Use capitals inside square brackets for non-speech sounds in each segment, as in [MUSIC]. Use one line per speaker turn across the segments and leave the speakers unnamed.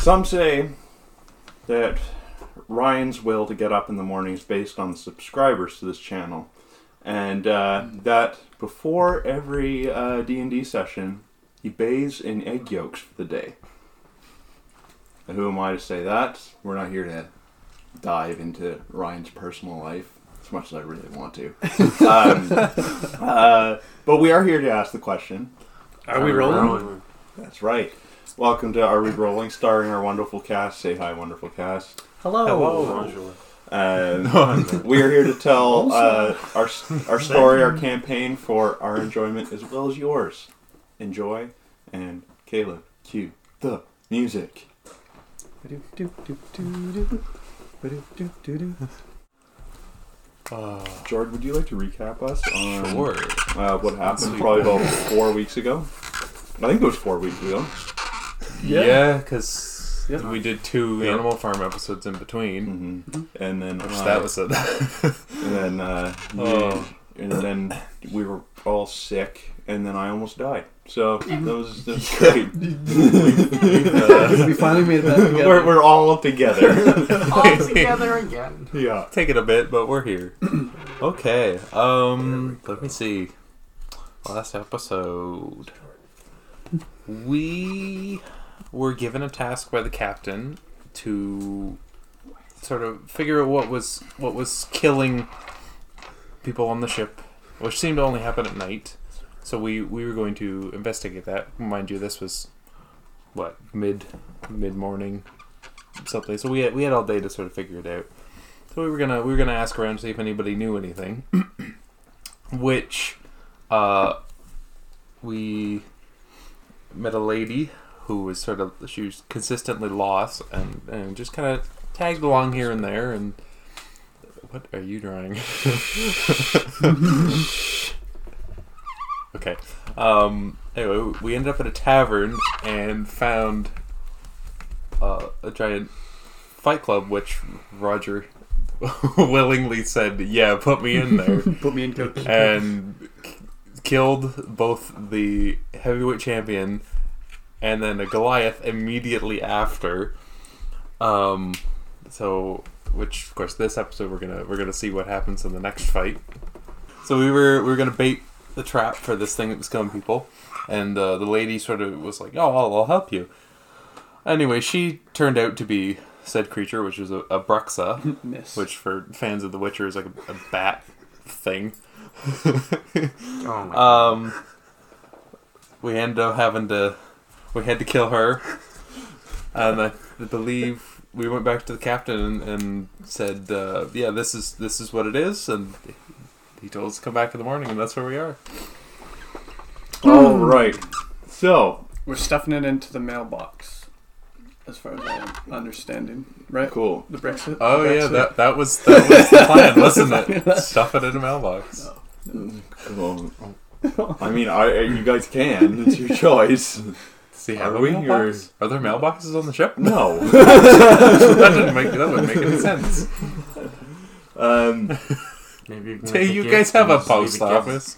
Some say that Ryan's will to get up in the morning is based on the subscribers to this channel, and uh, that before every uh, D&D session, he bathes in egg yolks for the day. And who am I to say that? We're not here to dive into Ryan's personal life as much as I really want to. um, uh, but we are here to ask the question.
Are we rolling?
That's right. Welcome to Are We Rolling, starring our wonderful cast. Say hi, wonderful cast.
Hello. [LAUGHS]
Uh, we are here to tell uh, our our story, our campaign for our enjoyment as well as yours. Enjoy, and Caleb, cue the music. Jordan, would you like to recap us on
Sure.
uh, what happened probably about four weeks ago? I think it was four weeks ago.
Yeah, because
Yeah.
we did two
Yeah.
Animal Farm episodes in between.
hmm And then
Which
uh,
Mm-hmm. that was a [LAUGHS]
and then uh, you-
Oh.
and then we were all sick, and then I almost died. So that was, that was great.
[LAUGHS] we finally made that together.
We're, we're all up together.
all together again.
yeah.
taking a bit, but we're here. [CLEARS THROAT] Okay. Um, let me see. Last episode, we were given a task by the captain to sort of figure out what was what was killing people on the ship, which seemed to only happen at night. So we we were going to investigate that. Mind you, this was what mid mid morning something. So we had, we had all day to sort of figure it out. So we were gonna we were gonna ask around to see if anybody knew anything, [CLEARS THROAT] which uh, we met a lady who was sort of she was consistently lost and and just kind of tagged along here and there and what are you drawing? [LAUGHS] okay. Um, anyway, we ended up at a tavern and found uh, a giant Fight Club, which Roger [LAUGHS] willingly said, "Yeah, put me in there,"
Put me in coach.
and k- killed both the heavyweight champion and then a Goliath immediately after. Um, so, which of course, this episode we're gonna we're gonna see what happens in the next fight. So we were we were gonna bait the trap for this thing that was killing people, and uh, the lady sort of was like, "Oh, I'll, I'll help you." Anyway, she turned out to be said creature, which was a, a Bruxa,
Miss.
which for fans of The Witcher is like a, a bat thing. [LAUGHS]
Oh my
um, we ended up having to, we had to kill her, and I believe we went back to the captain and, and said, uh, "Yeah, this is this is what it is," and he told us to come back in the morning, and that's where we are.
All right. So
We're stuffing it into the mailbox, as far as I'm understanding. Right?
cool.
The Brexit.
Oh
the
yeah,
Brexit.
that that was that was the plan, [LAUGHS] wasn't it? Stuff it in a mailbox.
Cool. I mean, I you guys can. It's your choice.
See,
Are
have
we
we
yours?
Are there mailboxes on the ship? [LAUGHS]
No.
that didn't make that would make any sense.
Um,
Maybe you,
[LAUGHS]
can
Hey,
make a
you
gift
guys have a
and just leave
post
the gift.
office.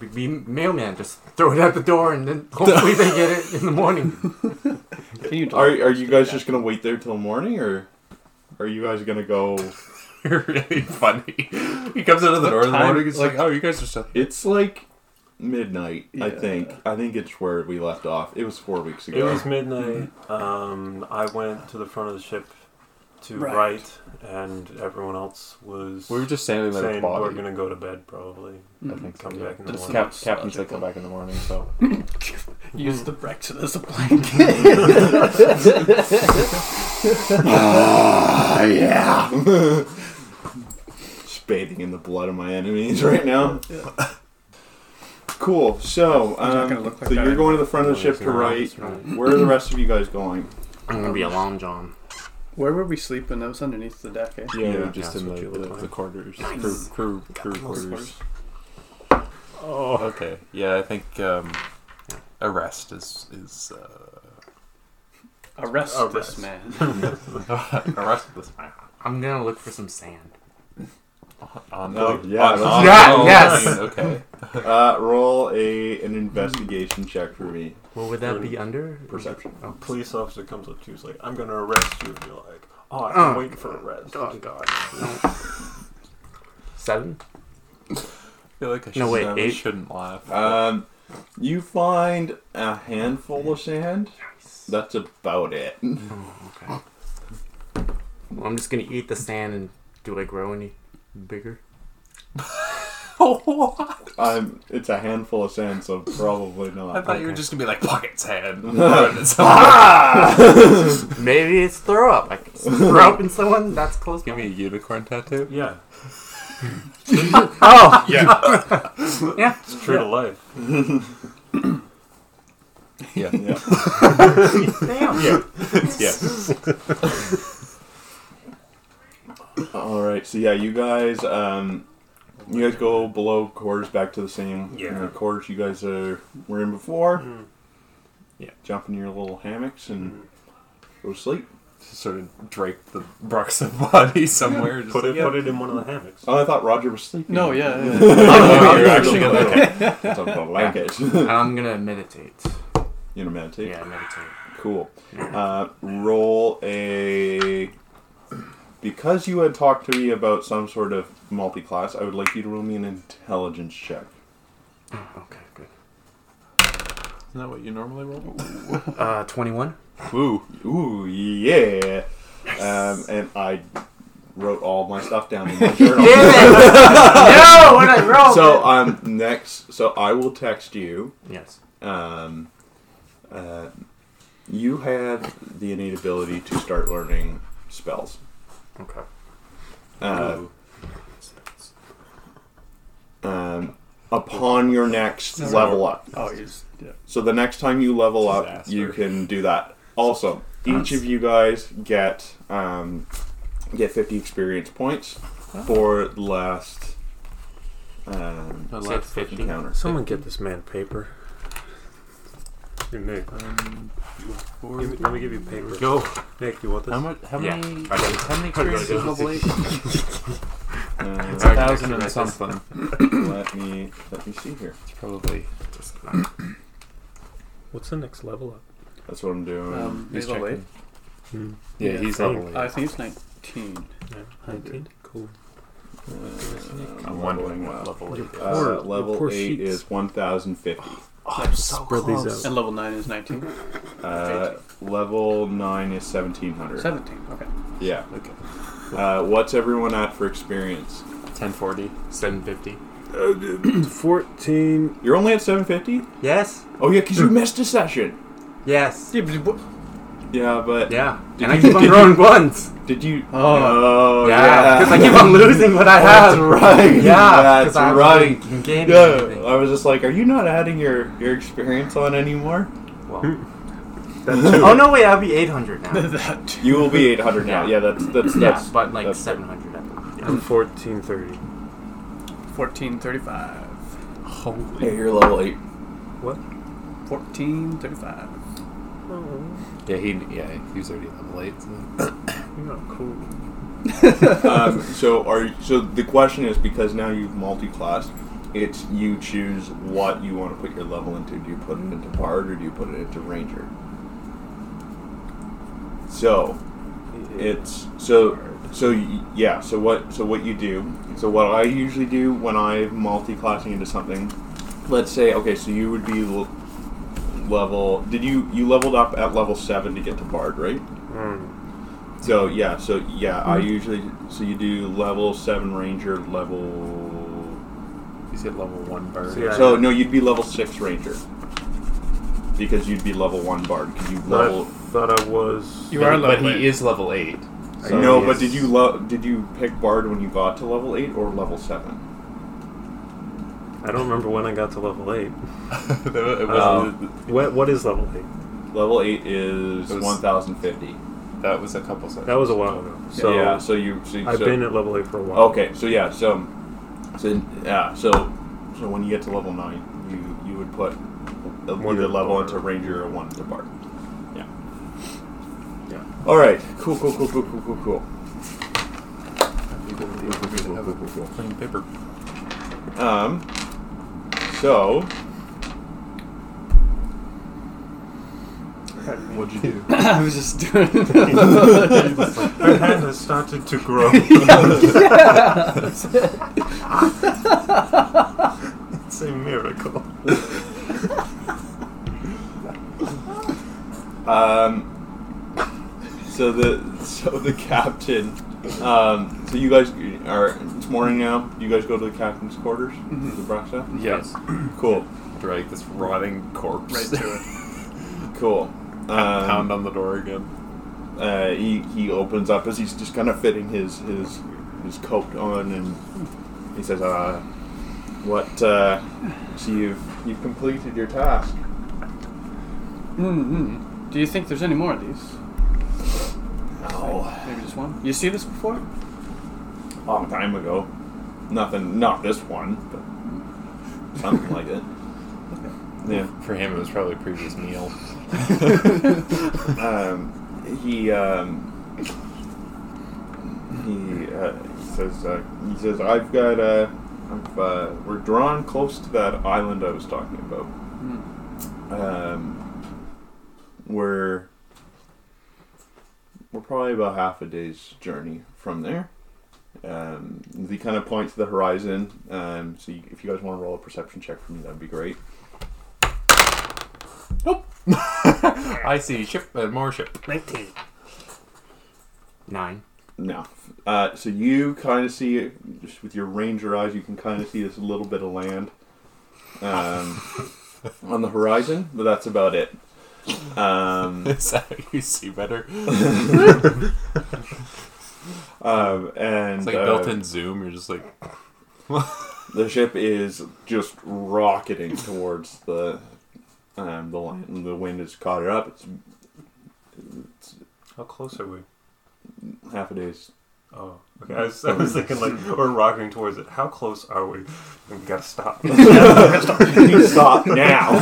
Be,
[LAUGHS]
be mailman, just throw it out the door, and then hopefully they get it in the morning.
Can you
are are you guys just gonna wait there till morning, or are you guys gonna go?
really funny. [LAUGHS] He comes out of the
What
door in the
time-
morning. He's like,
like-
"Oh, you guys are still."
It's like midnight. I
Yeah.
think. I think it's where we left off. It was four weeks
It
ago.
was midnight. Um, I went to the front of the ship to
Right.
right, and everyone else was
We were just standing there with
saying we're
Bobby.
gonna go to bed probably.
I think so.
Come back in the
That's
morning.
Cap- Captain said, "Come back in the morning." So
use the Brexit as a blanket?
Ah, [LAUGHS] yeah. Just bathing in the blood of my enemies right now. Cool. So,
I'm not
um,
gonna look like
so
that
you're
anymore.
going to the front of the ship to right. Where are the rest of you guys going?
I'm gonna be a long john.
Where were we sleeping? That was underneath the deck. Eh?
yeah, we
Yeah,
were just
that's
in
what
the,
you look
the,
like.
the quarters,
Nice.
crew, crew, crew
Close
quarters.
quarters.
Oh, okay. Yeah, I think um, arrest is is
Arrest
Arrest.
this man.
uh, [LAUGHS] arrest this man.
I'm gonna look for some sand.
On
Oh,
board.
yeah,
On-
no.
on-
Yeah,
oh,
yes. [LAUGHS]
I mean, Okay.
Uh, roll a an investigation check for me.
What would that be under?
Perception.
Oh, please.
Police officer comes up to you, is like, "I'm gonna arrest you," and you're like, "Oh, I'm
Oh.
waiting for arrest."
Oh God. Seven.
I feel like I
No, wait,
should,
eight.
shouldn't laugh. [LAUGHS]
Um, you find a handful of sand. That's about it. [LAUGHS]
Okay. Well, I'm just gonna eat the sand and do I grow any bigger?
Um, it's a handful of sand, so probably
I
not.
[LAUGHS]
Ah!
thought you were
okay.
just gonna be like pocket
[LAUGHS]
sand.
Maybe it's throw up. [LAUGHS] I can throw up in someone that's close.
Give me a unicorn [LAUGHS] tattoo.
Yeah,
[LAUGHS] Oh, yeah.
it's true to life.
Yeah.
Yeah.
Damn.
yes. All right. So yeah, you guys, um, you guys go below quarters back to the same
Yeah.
uh, quarters you guys uh, were in before.
Mm.
Yeah.
Jump in your little hammocks and go to sleep.
Sort of drape the Bruxa body somewhere. just
Put it,
like, yeah.
put it in one of the hammocks.
Oh, I thought Roger was sleeping.
No, yeah, yeah.
Oh, you're
It's
actually
a
gonna-
[LAUGHS]
blanket. It's a blanket. [LAUGHS] you
I'm gonna meditate.
gonna meditate?
Yeah, meditate.
Cool. Uh, roll a. Because you had talked to me about some sort of multi class, I would like you to roll me an intelligence check.
Okay, good.
Isn't that what you normally roll?
Uh, twenty-one.
Ooh.
Ooh, yeah! Um, and I wrote all my stuff down in my journal.
[LAUGHS] no, when I roll.
so, um, next, so I will text you.
yes.
Um, uh, you had the innate ability to start learning spells.
Okay.
Uh, um, upon your next
No.
level up.
Oh, you just, yeah.
So the next time you level up,
Disaster.
you can do that. Also, each of you guys get um, get fifty experience points for the last um,
I
Said
laugh.
fifty.
encounter.
Someone get this man paper. Hey, Nick,
Um, four-
give me, let me give you paper.
Go.
Nick, you want this?
How much? How
Yeah.
many?
I don't-
How many
don't know.
experiences level eight?
Uh,
[LAUGHS]
Sorry.
Thousand and something.
let me let me see here.
It's probably.
Just-
What's the next level up?
That's what I'm doing.
Um,
He's
level
checking.
Hmm.
Yeah,
Yeah,
he's
I
level eight.
I think it's 19.
Nineteen. Cool.
Uh,
I'm
leveling
wondering
up.
what level
Your
eight.
Uh,
Poor-
level
poor
eight
sheets.
is one thousand fifty.
I'm so
Spread these out.
And level 9 is 19?
Uh, level nine is seventeen hundred.
17, okay.
Yeah.
Okay.
Uh, what's everyone at for experience?
1040.
750.
Fourteen.
You're only at 750?
Yes.
Oh, yeah, because you missed a session.
Yes.
Yeah, but
Yeah.
Did
and I
you-
keep on
did
[LAUGHS] growing ones.
did you.
Oh.
Oh,
Yeah. Because I keep
yeah. [LAUGHS] Oh,
on losing what I
That's
have.
right.
[LAUGHS] Yeah.
That's
'cause I
right.
haven't been gaining
Yeah,
anything.
I was just like, are you not adding your, your experience on anymore?
Well. [LAUGHS] oh no! Wait, I'll be 800
[LAUGHS]
now.
that.
You will be 800 now. Yeah, that's. that's,
yeah,
that's
but like
that's-
700. I
I'm fourteen thirty.
1435.
Yeah, you're level 8.
1435.
Oh,
Yeah, he. Yeah, he was already level eight. So.
You're not cool.
um, so are you- so the question is because now you've multi-classed, it's you choose what you want to put your level into. Do you put it into bard or do you put it into ranger? So it's so so y- yeah. So what so what you do? So what I usually do when I'm multi-classing into something, let's say okay. So you would be l- level. Did you you leveled up at level seven to get to bard, right?
Hmm.
So yeah, so yeah, I usually so you do level seven ranger, level.
He's at level one bird.
So, yeah.
So no, you'd be level six ranger because you'd be level one bard because you level.
I thought I was.
You are
but
level
he is level [LAUGHS] eight.
So
no,
yes.
but did you lo- did you pick bard when you got to level eight or level seven?
I don't remember when I got to level eight.
it
Oh.
was,
What What is level eight?
Level eight is
It was-
one thousand fifty.
That was a couple seconds.
That was
[LAUGHS]
a while ago. So
yeah, so you. So,
I've
so-
been at level eight for a while.
Okay, so yeah, so, so yeah, so so when you get to level nine, you you would put
One
either
into
level
bard.
into ranger or one into bard. Yeah.
Yeah.
All right. Cool. Cool. Cool. Cool. Cool. Cool. Cool.
Playing paper.
Um, So, [LAUGHS] what'd you do? [LAUGHS]
[COUGHS] I was just doing. [LAUGHS]
Her hand has [LAUGHS] started to [LAUGHS] grow.
[LAUGHS]
it's a miracle.
Um, so the so the captain. Um, so you guys are. It's morning now. You guys go to the captain's quarters. The Braxa.
[LAUGHS] Yes.
Cool.
Drag this rotting corpse.
right to it.
Cool.
[LAUGHS]
Um,
Pound on the door again.
uh, he he opens up as he's just kind of fitting his his his coat on, and he says, "Uh, what? Uh, so you've you've completed your task."
Mm-hmm. Do you think there's any more of these? Maybe just one. You see this before?
long time ago. Nothing, not this one, but something like it. Yeah.
For him, it was probably a previous meal.
Um, he um, he uh, he says uh, he says I've got uh, I've, uh, we're drawn close to that island I was talking about.
Mm.
Um, we're we're probably about half a day's journey from there. Um, the kind of point to the horizon. Um, so you, if you guys want to roll a perception check for me, that'd be great.
I see ship and more ship. [LAUGHS]
Nine.
No. Uh, so you kind of see, just with your ranger eyes, you can kind of see this little bit of land
[LAUGHS]
um, on the horizon, but that's about it. Um,
[LAUGHS] Is that how you see better?
um, and
It's like
uh,
built-in zoom. You're just like
The ship is just rocketing towards the um, the line. and The wind has caught it up. It's
How close are we?
half a day's.
Oh, okay. I was, I was thinking
[LAUGHS]
like we're rocking towards it. How close are we? We gotta stop.
[LAUGHS] You Stop now.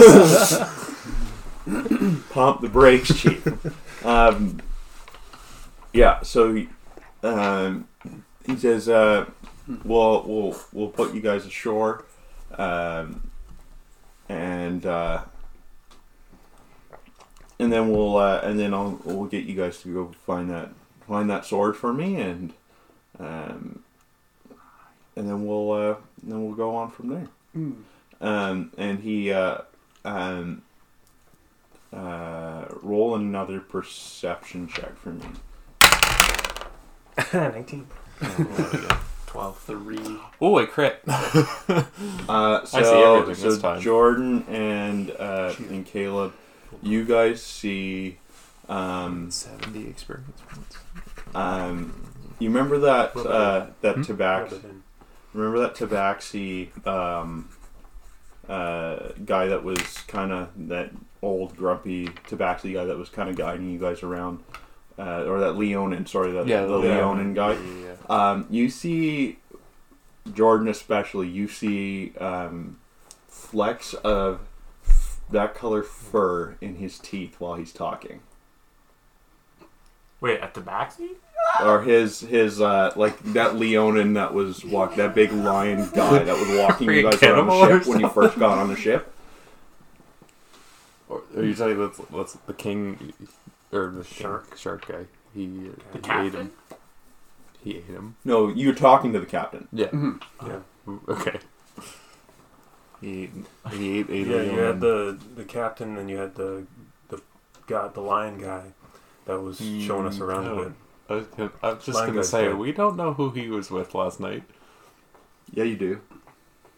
Pump the brakes, chief. Um, yeah. So he- um, he says, uh, "We'll we'll we'll put you guys ashore, um, and uh, and then we'll uh, and then I'll we'll get you guys to go find that find that sword for me, and um, and then we'll uh, then we'll go on from there."
Mm.
um, and he uh, um, uh, roll another perception check for me.
19.
Twelve. Three.
oh, I crit.
Uh, so,
I see everything
so
this time.
Jordan and uh, and Caleb, you guys see. Um,
Seventy experience points.
um, you remember that uh, that
Hmm?
[LAUGHS]
tabac?
Rub it in.
Remember that tabaxi um, uh, guy that was kind of that old grumpy tabaxi guy that was kind of guiding you guys around, uh, or that Leonin, sorry, that
Yeah,
the
yeah.
Leonin guy.
Yeah.
Um, you see Jordan, especially. You see um, flecks of f- that color fur in his teeth while he's talking,
Wait, at the back seat?
or his his uh, like that Leonin that was walk that big lion guy that was
[LAUGHS]
walking you
Freaking
guys around
cannibal
the
or
ship when you first got on the ship.
Or are you telling that's, that's the king or the shark shark guy? He,
The
he ate him. He ate him.
No, you're talking to the captain.
Yeah. [LAUGHS]
Mm-hmm.
Yeah,
Okay. He ate, he [LAUGHS] ate a
yeah.
leon.
You had the the captain, and you had the the guy, the lion guy, that was showing us around a
Mm,
bit.
I was, gonna, I was just
Lion
gonna
guy's
say
dead.
we don't know who he was with last night,
Yeah, you do.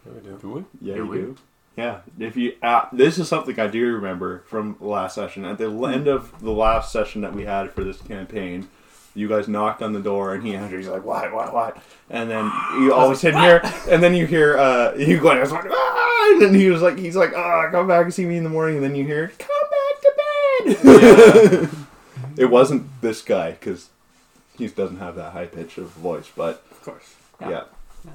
Yeah, we do.
do we?
Yeah,
Yeah,
you
we-
do. Yeah, if you uh, this is something I do remember from last session. At the l- end of the last session that we had for this campaign, you guys knocked on the door and he entered. He's like, "What? What? What?" And [GASPS] then you always sit here, and then you hear uh, [LAUGHS] you go, "Ah!" and then he was like, "He's like, ah, come back and see me in the morning." And then you hear, "Come [LAUGHS] back to bed." it wasn't this guy because he doesn't have that high pitch of voice, but
Of course.
yeah.
Yeah.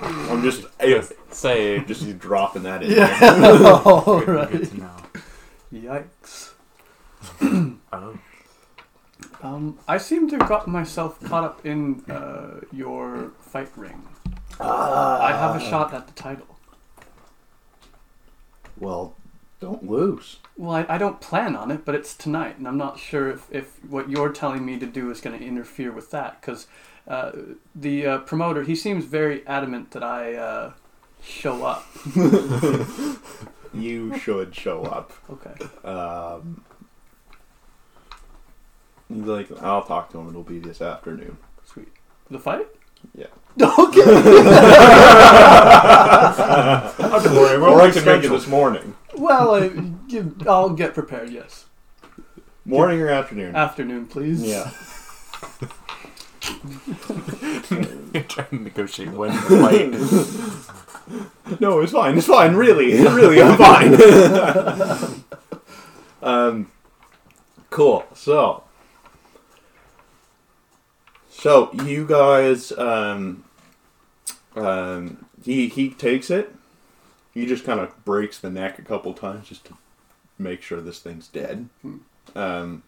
I'm just I-
Say
just you dropping that in.
All
Good
right.
to know.
Yikes.
Oh.
Um, I seem to have got myself caught up Ah. in uh, your fight ring. I have a shot at the title.
[LAUGHS] Well, don't lose.
Well, I, I don't plan on it, but it's tonight, and I'm not sure if, if what you're telling me to do is going to interfere with that because uh, the uh, promoter he seems very adamant that I uh, show up.
You should show up.
Okay.
Um, he's like, I'll talk to him. It'll be this afternoon.
Sweet. The fight?
Yeah.
Okay.
Don't worry, we're
or I
already
could make it
scheduled.
this morning.
well, I, you, I'll get prepared, yes.
Morning or afternoon?
Afternoon, please.
yeah.
[LAUGHS] You're trying to [LAUGHS] negotiate when the fight is.
[LAUGHS] No, it's fine. It's fine. Really, really, I'm fine. um, cool. So, so you guys, um, um, he he takes it. He just kind of breaks the neck a couple times just to make sure this thing's dead. Um,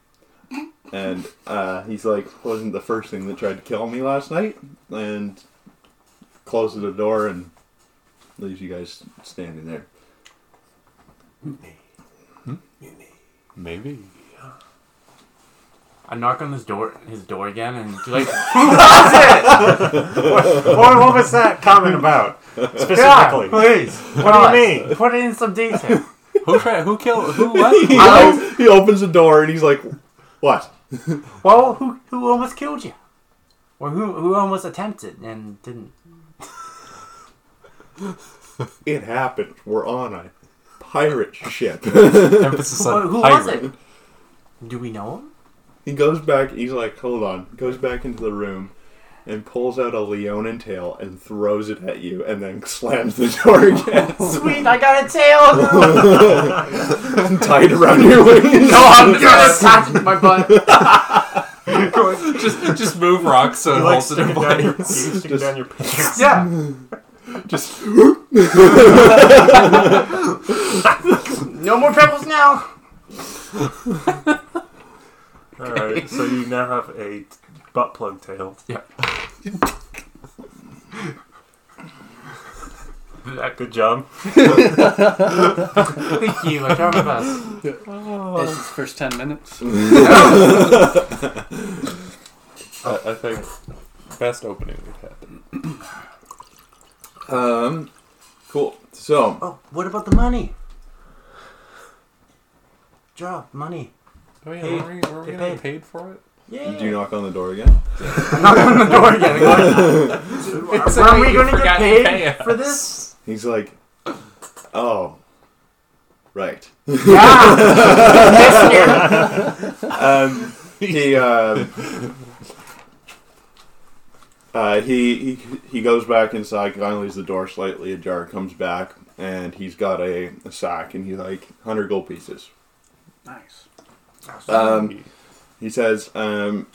and uh, he's like, wasn't the first thing that tried to kill me last night, and closes the door and leaves you guys standing there.
Maybe.
I knock on his door, his door again, and
[LAUGHS]
you're like, "Who was it?
What, what was that comment about? Specifically.
Yeah, please.
What do you mean?
Put it in some detail.
Who tried? Who killed? [LAUGHS] Who what?
[LAUGHS] He,
Wow.
op- he opens the door and he's like, "What?
Well, who who almost killed you? Or who who almost attempted and didn't?
It happened. We're on a pirate ship." [LAUGHS]
Emphasis on
Who, who
pirate.
was it? Do we know him?
he goes back. He's like, "Hold on." Goes back into the room and pulls out a leonin tail and throws it at you, and then slams the door again, [LAUGHS]
Sweet, I got a [LAUGHS] tail.
tied around your wings.
no, I'm gonna touch my butt.
Just, just move rocks so it
You like
holds it
sticking
in
down your, you
place.
Just-
sticking down your pants.
Yeah.
Just
[LAUGHS] No more pebbles now.
Alright, so you now have a t- butt plug tail. [LAUGHS] Good job.
Thank you. I tried my best.
This is the first 10 minutes.
I, I think best opening we've had.
um, cool. So
Oh, what about the money? Drop money.
Oh yeah,
Paid.
were we, were we
They
gonna get
paid.
paid for it?
Yeah.
do you
[LAUGHS]
knock on the door again?
I'm not on the door again. [LAUGHS] Are we going to get paid for [LAUGHS] this?
He's like, "Oh, right."
Yeah.
um, [LAUGHS] he uh, uh, he he he goes back inside. Kind of leaves the door slightly ajar. Comes back and he's got a, a sack and he's like hundred gold pieces.
Nice.
Um, he says um,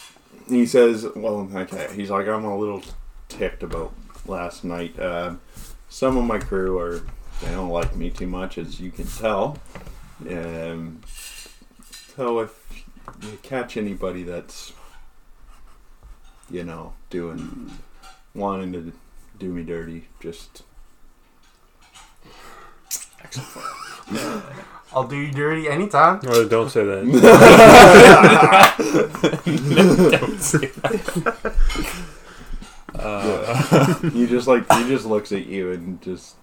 he says well okay. He's like I'm a little ticked about last night. Uh, some of my crew are they don't like me too much as you can tell. Um, so if you catch anybody that's you know doing wanting to do me dirty, just [LAUGHS]
I'll do you dirty anytime.
Oh, don't say that.
Uh,
you just like he just looks at you and just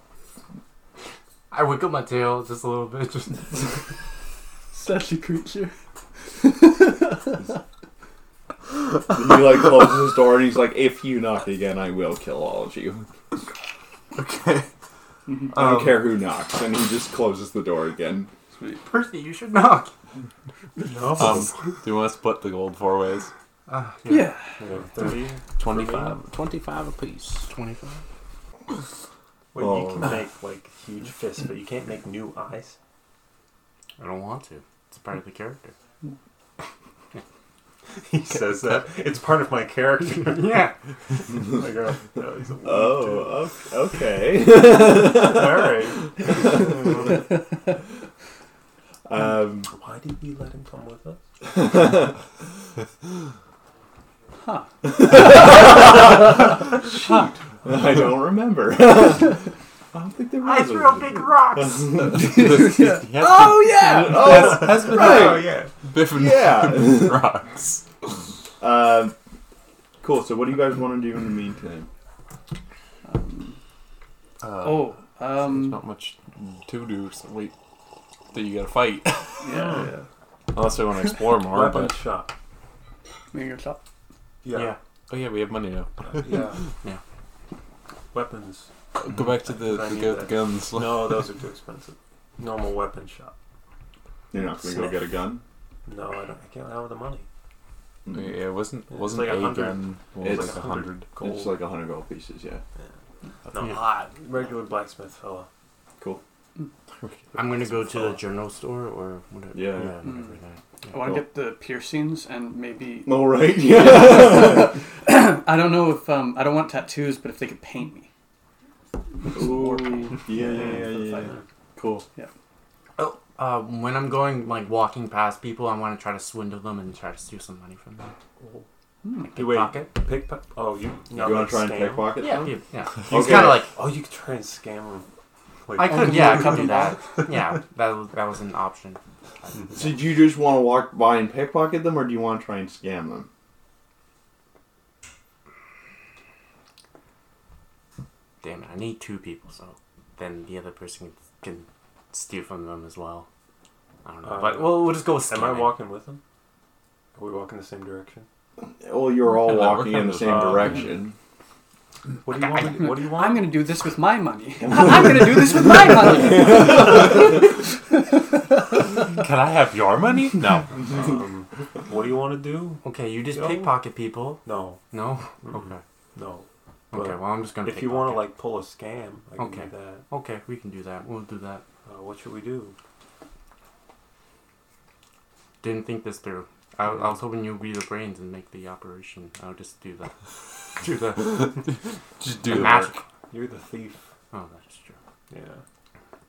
I wiggle my tail just a little bit. [LAUGHS] Just
Such a creature.
he like closes his door and he's like if you knock again I will kill all of you. Um,
okay.
I don't care who knocks, and he just closes the door again.
Sweet.
Percy, you should knock.
No.
Um, do you want to split the gold four ways?
Uh,
Yeah.
Yeah, 30.
25, 25 apiece.
25.
Wait,
Oh.
you can make like huge fists, but you can't make new
[LAUGHS]
eyes.
I don't want to. It's part of the character.
He says that. It's part of my character.
yeah.
Like, oh, no, he's a weird
Oh, o- okay. [LAUGHS]
dude. Alright.
um,
Why did we let him come with us?
Huh.
[LAUGHS] I don't remember. I don't think there was.
I
a
throw
wizard.
big rocks.
This-
Yeah.
he has
Oh yeah!
Has,
Oh,
has been
right.
Oh yeah.
Biff and
Yeah.
[LAUGHS] rocks.
Um, cool. So, what do you guys want to do in the meantime?
Um,
Uh,
oh,
there's
um,
not much to do. So wait, that you gotta fight
yeah,
[GASPS]
yeah.
unless we want to explore more.
Weapon
but
shop.
Maybe your top.
Yeah.
oh yeah, we have money now.
Yeah. yeah.
Yeah.
Weapons.
Go back to the,
I
the,
need
gu- the
that.
[LAUGHS]
guns.
No, those are too expensive. Normal weapon shop.
You're not gonna go
Sniff.
get a gun. Mm,
No, I, don't, I can't have the money.
Yeah, it wasn't
It's
wasn't
like
a
100.
gun. What
It's
was it, like a
100.
hundred.
Gold.
It's like a hundred gold pieces. Yeah.
no,
Yeah.
hot. Regular blacksmith fella.
Cool.
I'm gonna go to the general store or whatever.
Yeah.
whatever
Mm.
that-
I want
Cool.
to get the piercings and maybe.
All right. [LAUGHS] Yeah.
I don't know if um, I don't want tattoos, but if they could paint me.
Ooh. Yeah. Yeah.
Yeah,
Yeah.
for the
yeah,
fight.
yeah. Cool.
Oh, uh, when I'm going like walking past people, I want to try to swindle them and try to steal some money from them.
Hmm.
You wait.
Pickpocket?
Pickpocket. Oh, you.
You want to try and pickpocket?
Yeah,
them?
yeah. yeah. It's
Okay.
kind of like
Oh, you could try and scam him. Wait.
I
Oh,
could,
you
yeah, I
wanna
could
cut
do
them
that. yeah, that was, that was an option.
So, do you just want to walk by and pickpocket them, or do you want to try and scam them?
Damn it, I need two people, so then the other person can, can steal from them as well. I don't know,
Uh,
but we'll, we'll just go with.
Am I
scamming.
walking with him? Are we walking the same direction?
Well, you're all
Yeah, we're
walking in
kind
the
of,
same
uh,
[LAUGHS] direction.
What do you
[LAUGHS]
want? me- What do you
I'm
want?
gonna do this with my money. [LAUGHS] I'm gonna do this with my money.
Can I have your money? No.
Um, what do you want to do?
Okay, you just
Yo.
pickpocket people.
No,
No.
Mm-mm.
Okay.
no. But
Okay. Well, I'm just gonna.
if you want to
pickpocket.
like pull a scam, I can
Okay.
do that.
Okay, we can do that. We'll do that.
Uh, what should we do?
Didn't think this through. I, I was hoping you'd be the brains and make the operation. I'll just do the, [LAUGHS] do the,
[LAUGHS] Just
the
do the
magic.
work.
You're the thief.
Oh, that's true.
Yeah.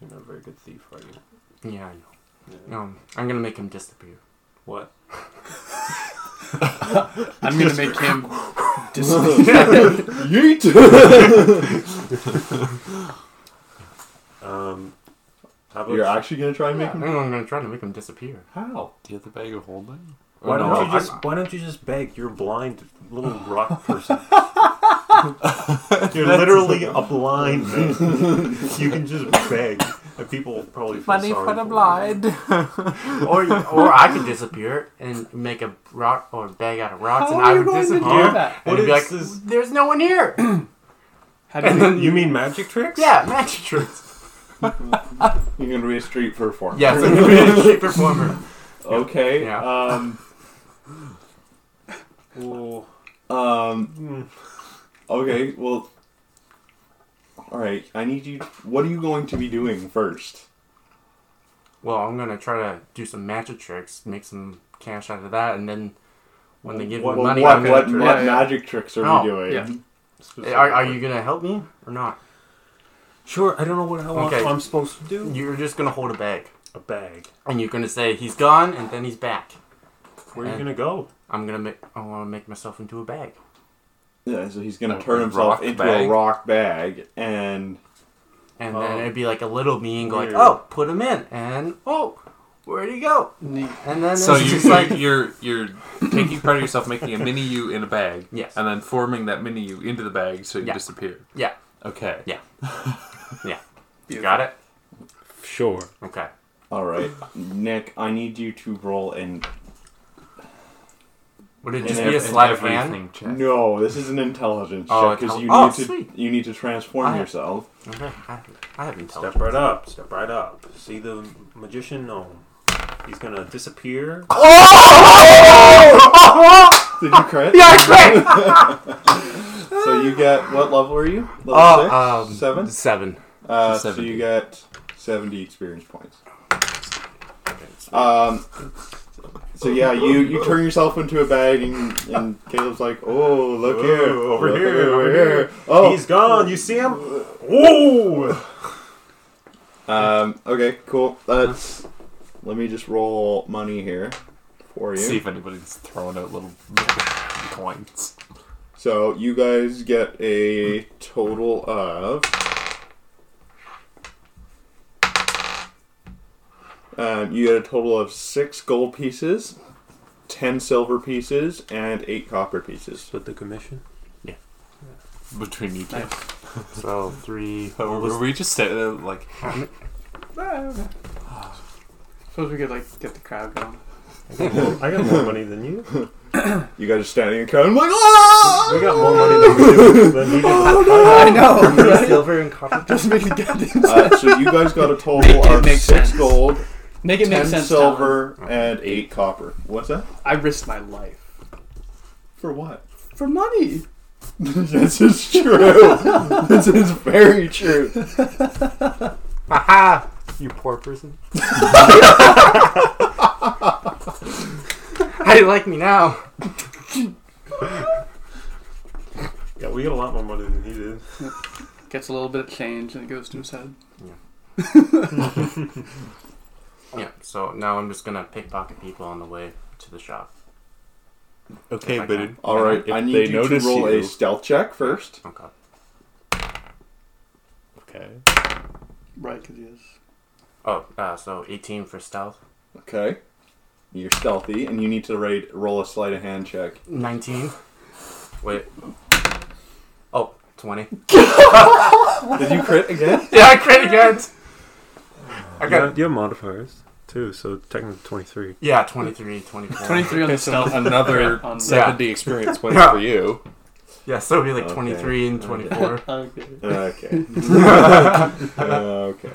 You're not a very good thief, are you?
Yeah, I know.
Yeah.
Um, I'm gonna make him disappear.
What?
I'm gonna make him. Dis-
Yeet.
Um. How about
You're actually gonna try and make
Yeah, I'm
them?
gonna try to make him disappear.
How?
Oh, Do you have the bag of holding?
Why
No,
don't you
I-
just Why don't you just beg? You're a blind little rock person. You're literally a blind man. You can just beg, and people will probably feel sorry for you.
or or I could disappear and make a rock or a bag out of rocks,
How
and
are
I
you
would
going to do
disappear.
that?
And
What
it'd be
is
like,
this?
"There's no one here."
How do
[LAUGHS]
you,
You mean magic tricks?
yeah, magic tricks.
You're gonna be a street performer.
Yes, I'm gonna be a street performer.
Okay.
Yeah.
Um.
Well,
Um.
mm,
Okay. Well. All right. I need you. What are you going to be doing first?
[LAUGHS] Well, I'm gonna try to do some magic tricks, make some cash out of that, and then when they give
What-
me
Well,
money,
what
I'm
what,
gonna
what
Yeah, yeah.
magic tricks are
Oh,
we doing?
yeah.
try- Are, are you gonna help me or not?
Sure. I don't know what I want.
Okay.
I'm supposed to do
You're just gonna hold a bag,
a bag.
and you're gonna say he's gone, and then he's back.
Where are you
Eh.
gonna go?
I'm gonna make. I want to make myself into a bag.
Yeah, so he's gonna
A
turn himself
rock
into a
bag?
rock bag, and
And
Oh.
then it'd be like a little me and go like,
Weird.
oh, put him in. And, oh, where'd he go?
Neat.
And then
So
[LAUGHS]
it's
you
just like,
you're you're taking part of yourself, making a mini you in a bag,
Yes.
and then forming that mini you into the bag so you
Yeah.
disappear.
yeah,
Okay.
Yeah. you got it?
Sure.
Okay.
all right, Nick, I need you to roll and
Would it
And
just
ev-
be a
and
sleight of hand?
no, this is an intelligence
Oh,
check because
intel-
you need
oh,
to
sweet.
you need to transform
I-
yourself.
Okay. I, I have
Step
intelligence.
right up. Step right up. See the magician gnome. He's gonna
Did
disappear.
you crit?
Yeah, great!
[LAUGHS] So you get what level are you? Level
Oh, um,
six, seven.
Seven.
Uh,
So
so you
70.
get 70 experience points. Um, so yeah, you, you turn yourself into a bag, and, and Caleb's like, "Oh, look
Whoa,
here,
over
look
here, over here.
Oh,
He's gone. You see him? Whoa!
um, okay, cool. That's let me just roll money here for you.
See if anybody's throwing out little coins.
So you guys get a total of Um, you get a total of six gold pieces, ten silver pieces, and eight copper pieces.
Split the commission.
between you two.
Nice.
So
[LAUGHS]
three.
But were,
what was-
were we just sitting there like,
Suppose we could like get the crowd going. [LAUGHS]
I got
[LAUGHS]
more money than you.
You guys are standing in the crowd. I'm like, "Ah!"
We got more money than we
[LAUGHS]
do. Than he
Oh,
did. [LAUGHS]
I know.
silver and copper.
Doesn't make any goddamn.
Uh, so you guys got a
Make
total
it
of
make
six
sense.
gold,
Make it make
ten
sense.
silver, and eight copper. What's that?
Talon. I risked my life
For [LAUGHS] what?
for money.
this is true. this is very true.
[LAUGHS] Aha! You poor [LAUGHS] person. How do you like me now?
Yeah, we got a lot more money than he did.
Gets a little bit of change and it goes to his head.
Yeah. So now I'm just gonna pickpocket people on the way to the shop.
Okay,
If I
but
can.
it,
All right,
If
I
they
need you to
notice
roll a
you-
stealth check first.
Okay.
okay.
Right, because he is.
Oh, uh, so 18 for stealth.
Okay. You're stealthy, and you need to raid, roll a sleight of hand check.
19. Wait. Oh, 20.
Did you crit again?
[LAUGHS] yeah, I crit again. I
You
got
have, you have modifiers too, so technically twenty-three.
yeah, 23, 24.
23 on the
Okay, so
stealth.
[LAUGHS]
[LAUGHS]
another
[LAUGHS] on the-
seventy [LAUGHS] experience points
Yeah.
for you.
Yeah, so it'll be like
Okay.
23
[LAUGHS]
and 24.
Okay.
Okay. Uh, okay.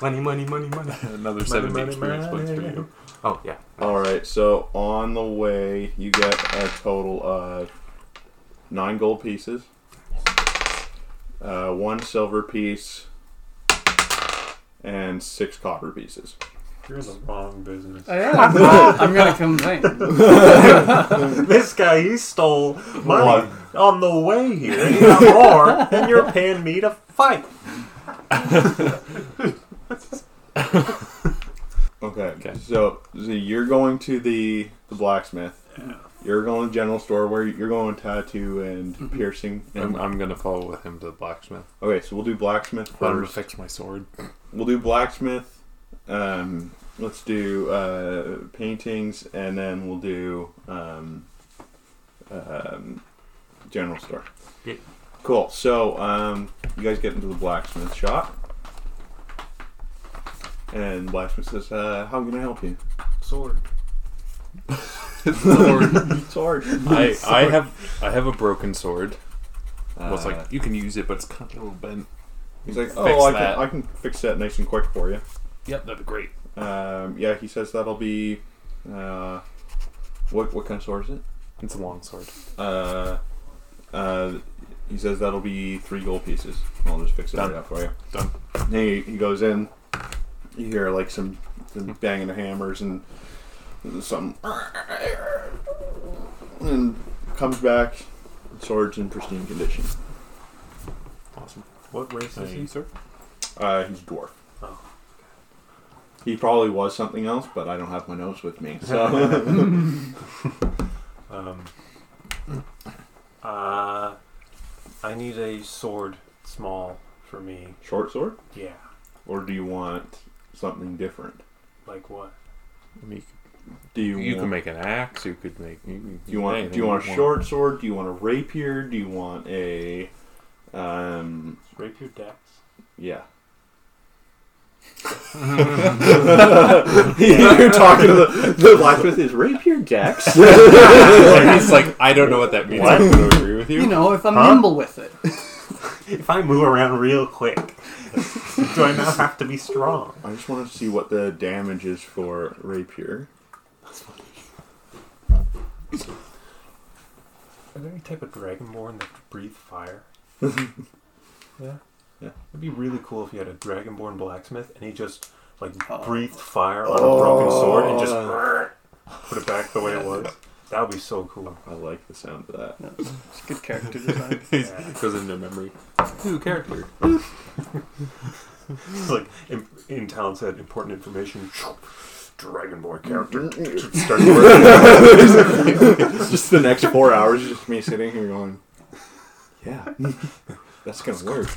money, money, money, money.
Another seventy
money,
experience points for
money.
you.
Oh, yeah.
All right. So on the way, you get a total of nine gold pieces, uh, one silver piece, and six copper pieces.
You're in the wrong business.
I
[LAUGHS]
am. I'm gonna complain.
[LAUGHS] this guy, he stole
What?
money on the way here. and He got more, and you're paying me to fight.
Okay.
Okay.
So, so you're going to the the blacksmith. You're going to the general store where you're going tattoo and piercing.
I'm,
And,
I'm gonna follow with him to the blacksmith.
okay, so we'll do blacksmith
I'm gonna
first.
fix my sword.
We'll do blacksmith. Um, let's do uh, paintings, and then we'll do um, um, general store.
Yeah.
Cool. So um, you guys get into the blacksmith shop, and the blacksmith says, uh, "How can I help you?"
Sword.
[LAUGHS]
[LAUGHS]
Sword.
Sword.
I, I have I have a broken sword.
Uh,
Well, it's like you can use it, but it's kind of a little bent.
He's like,
Fix
oh, I
that."
can, I can fix that nice and quick for you.
Yep, that'd be great.
Um, yeah, he says that'll be. Uh, what what kind of sword is it?
It's a long sword.
Uh, uh, he says that'll be three gold pieces. I'll just fix it
Done.
right up for you.
Done.
And He, he goes in. You hear like some, some banging of hammers and some. And comes back. Sword's in pristine condition.
Awesome.
What race is he?
sir.
Uh, he's a dwarf.
Oh.
He probably was something else, but I don't have my notes with me.
[LAUGHS]
So
Um, uh, I need a sword small for me.
short sword,
Yeah,
or do you want something different?
like what?
I mean,
Do you
you, you can
want,
make an axe. You could make. You, you
do you want
anything
do you want
[LAUGHS]
a short sword? Do you want a rapier? Do you want a um
Rapier dex.
yeah. [LAUGHS] You're talking to the, the blacksmith is rapier dex.
He's like, I don't know what that means. I don't agree
[LAUGHS]
with you.
You know, if I'm
Huh?
nimble with it.
If I move around real quick, do I not have to be strong?
I just wanted to see what the damage is for rapier.
Are there any type of dragonborn that breathe fire? yeah.
Yeah.
It'd be really cool if you had a dragonborn blacksmith and he just like
Oh.
breathed fire on a broken sword and just put it back the way it was. That would be so cool. [LAUGHS]
I like the sound of that.
No, it's good character
[LAUGHS]
design.
Yeah.
Goes into memory.
two character?
It's like in, in town said important information. Dragonborn [LAUGHS] character.
Mm-hmm.
Start to
[LAUGHS]
work.
It's just the next four hours, just me sitting here going, yeah, that's gonna work.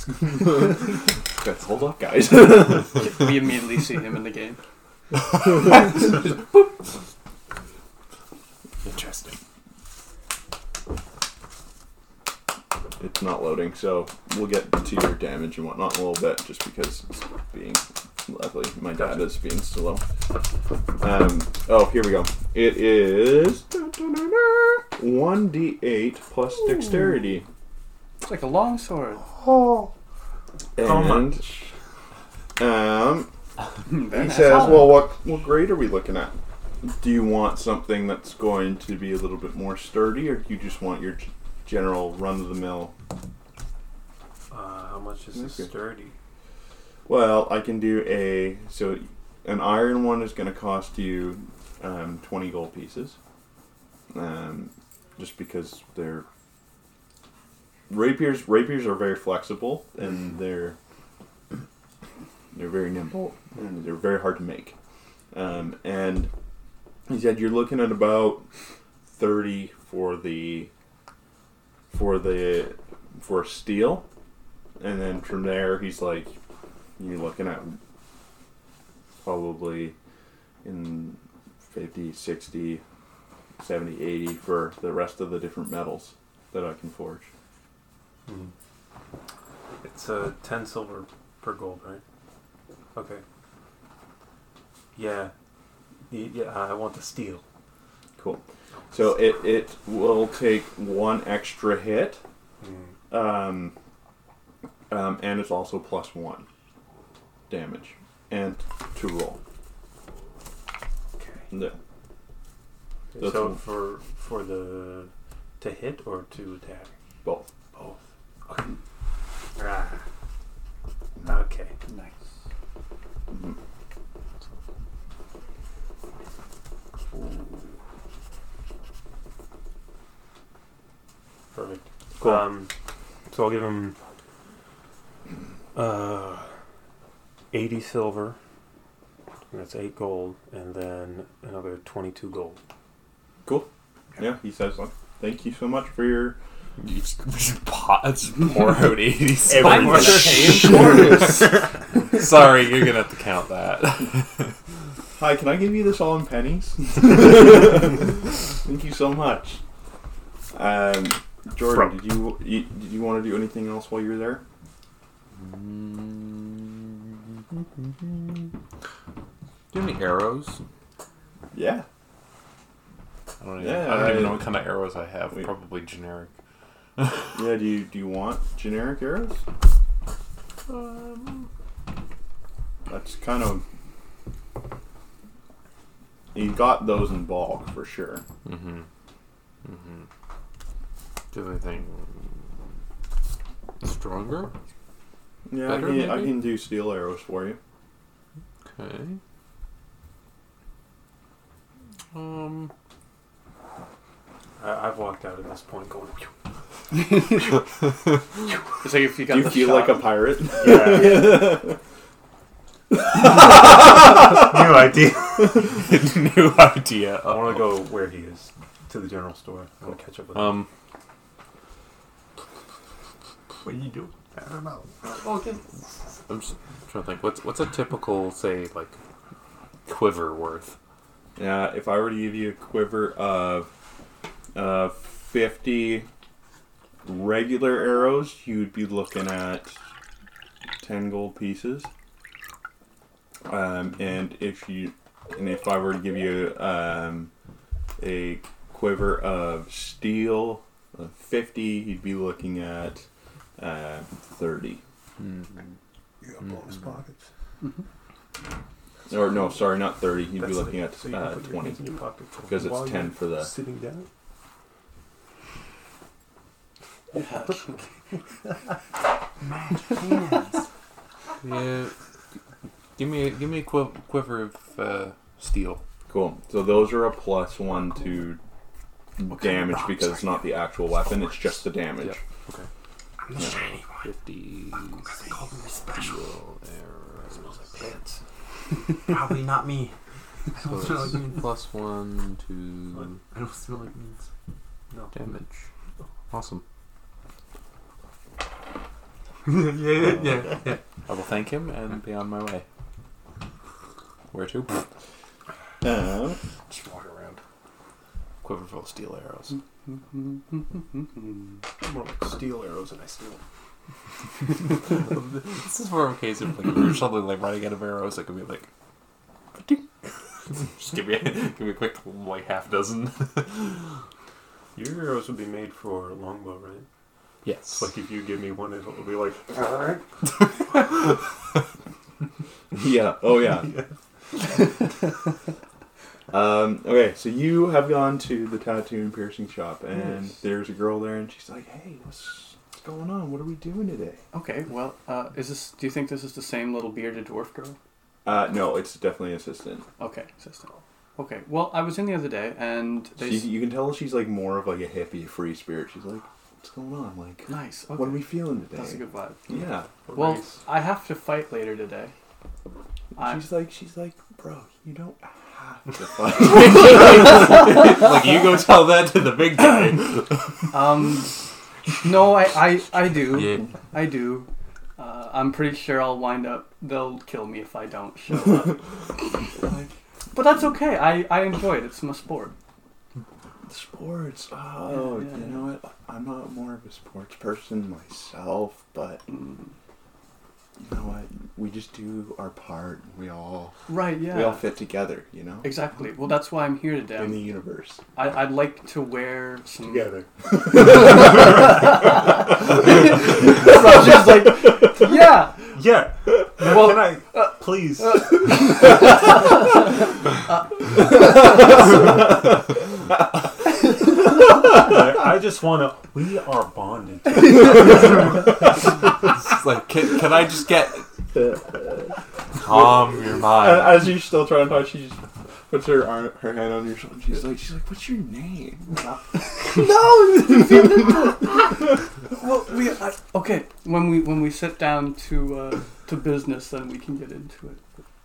Let's hold up, guys.
we immediately see him in the game.
Interesting.
It's not loading, so we'll get to your damage and whatnot in a little bit, just because it's being lovely. My dad is being slow. Um, oh, here we go. It is 1d8 plus dexterity.
It's like a long sword.
How
And um,
Very
He
nice.
says, "Well, what what grade are we looking at? Do you want something that's going to be a little bit more sturdy, or do you just want your g- general run of the mill?
Uh, how much is this
Okay.
sturdy?
Well, I can do a so an iron one is going to cost you um, twenty gold pieces, um, just because they're rapiers. Rapiers are very flexible and they're they're very nimble and they're very hard to make. Um, and he said you're looking at about thirty for the for the for steel, and then from there he's like you're looking at probably in 50 60 70 80 for the rest of the different metals that i can forge
Hmm. It's uh, 10 silver per gold, right? Okay. Yeah. Y- Yeah, I want the steel.
cool so it, it will take one extra hit um, um, and it's also plus one damage and to roll
Okay.
yeah. That's
So
all.
for for the to hit or to attack?
both
Both. Okay. Ah. Okay.
nice.
Mm-hmm.
Perfect.
Cool.
Um, so I'll give him uh, 80 silver. and That's 8 gold. And then another 22 gold.
yeah he says like thank you so much for your
You just, we should pot, just pour out 80
[LAUGHS]
Everything.
silver. [LAUGHS] Sorry, you're going to have to count that. [LAUGHS]
Hi, can I give you this all in [LAUGHS] pennies? Thank you so much. Um, Jordan, did you, you did you want to do anything else while you were there?
Do you have any arrows?
Yeah.
I don't, even,
Yeah,
I don't even know
I-
what kind of arrows I have.
Wait.
Probably generic.
Yeah. Do you do you want generic arrows? That's kind of. You got those in bulk for sure.
Mm-hmm. Mm-hmm. Do you have anything stronger?
Yeah,
Better,
I, can, I
maybe?
can do steel arrows for you.
Okay. Um.
I, I've walked out at this point going, "Phew."
It's like if you got
Do you
the
feel
shot.
like a pirate?
[LAUGHS] yeah. [LAUGHS] New idea.
[LAUGHS] New idea.
uh,
I want to go where he is to the general store. I want to catch up with him.
Um.
What do you do? I don't know.
I'm just trying to think. What's what's a typical say like quiver worth?
Yeah, if I were to give you a quiver of uh, 50 regular arrows, you'd be looking at 10 gold pieces. Um, and if you, and if I were to give you um, a quiver of steel of 50, you'd be looking at uh, 30.
Hmm.
You got bonus
mm-hmm.
pockets.
Or no, sorry, not 30. You'd be
That's
looking
it.
at
So you can
uh,
put your
20
hands in your pocket for-
because
while
it's 10
you're
for the.
sitting down.
Yeah. Give me a, give me a quiv- quiver of uh, steel.
Cool. So those are a plus one to damage because it's not the actual weapon; it's just the damage.
Yep.
I'm the shiny one.
Fifty.
They call me special.
steel arrows.
Smells like pants. Probably not me. I
So
don't smell
it's
like meat.
plus one to
I don't smell like meat.
No.
damage. Oh. Awesome.
[LAUGHS] yeah, yeah, yeah.
I will thank him and be on my way. Where to?
Uh,
Just walk around.
Quiver full of steel
[LAUGHS]
arrows.
Mm-hmm.
More like steel arrows and I steal.
this is more of a case of like if you're suddenly like running out of arrows, it could be like, "Ding." just give me a, give me a quick like half dozen.
Your arrows would be made for longbow, right?
[LAUGHS] Yes.
Like if you give me one, it'll be like
[LAUGHS] yeah. Oh,
[LAUGHS]
yeah. [LAUGHS] um, okay, so you have gone to the tattoo and piercing shop, and
Yes.
there's a girl there, and she's like, "Hey, what's what's going on? What are we doing today?"
[LAUGHS] Okay, well, uh, is this? Do you think this is the same little bearded dwarf girl?
Uh, no, it's definitely assistant.
Okay, assistant. Okay, well, I was in the other day and they.
She, you can tell she's like more of like a hippie, free spirit. She's like, "What's going on? Like,
nice. Okay.
what are we feeling today?"
That's a good vibe.
yeah.
a
Well,
race.
I have to fight later today. I,
She's like, she's like, bro, you don't have
[LAUGHS]
to fight.
like you go tell that to the big guy.
um, no, I, I, I do.
Yeah.
I do. Uh, I'm pretty sure I'll wind up. They'll kill me if I don't show up.
[LAUGHS]
Like, but that's okay. I, I enjoy it. It's my sport.
sports. Oh,
Yeah, yeah,
you
yeah.
know what? I'm not more of a sports person myself, but
Mm.
you know what? We just do our part. We all
Right? Yeah.
we all fit together. You know,
Exactly. Well, that's why I'm here today.
in the
I'm-
universe
I, I'd like to wear some.
Together.
Rush is like, [LAUGHS] yeah.
yeah.
Well,
Can I
uh,
please? [LAUGHS] I, I just want to. We are bonded.
It's like, can, can I just get calm your
Uh,
mind?
as you're still trying to talk, she just puts her arm, her hand on your shoulder. She's like, she's like, what's your [LAUGHS] name?
Well, we I, okay. When we when we sit down to uh, to business, then we can get into it.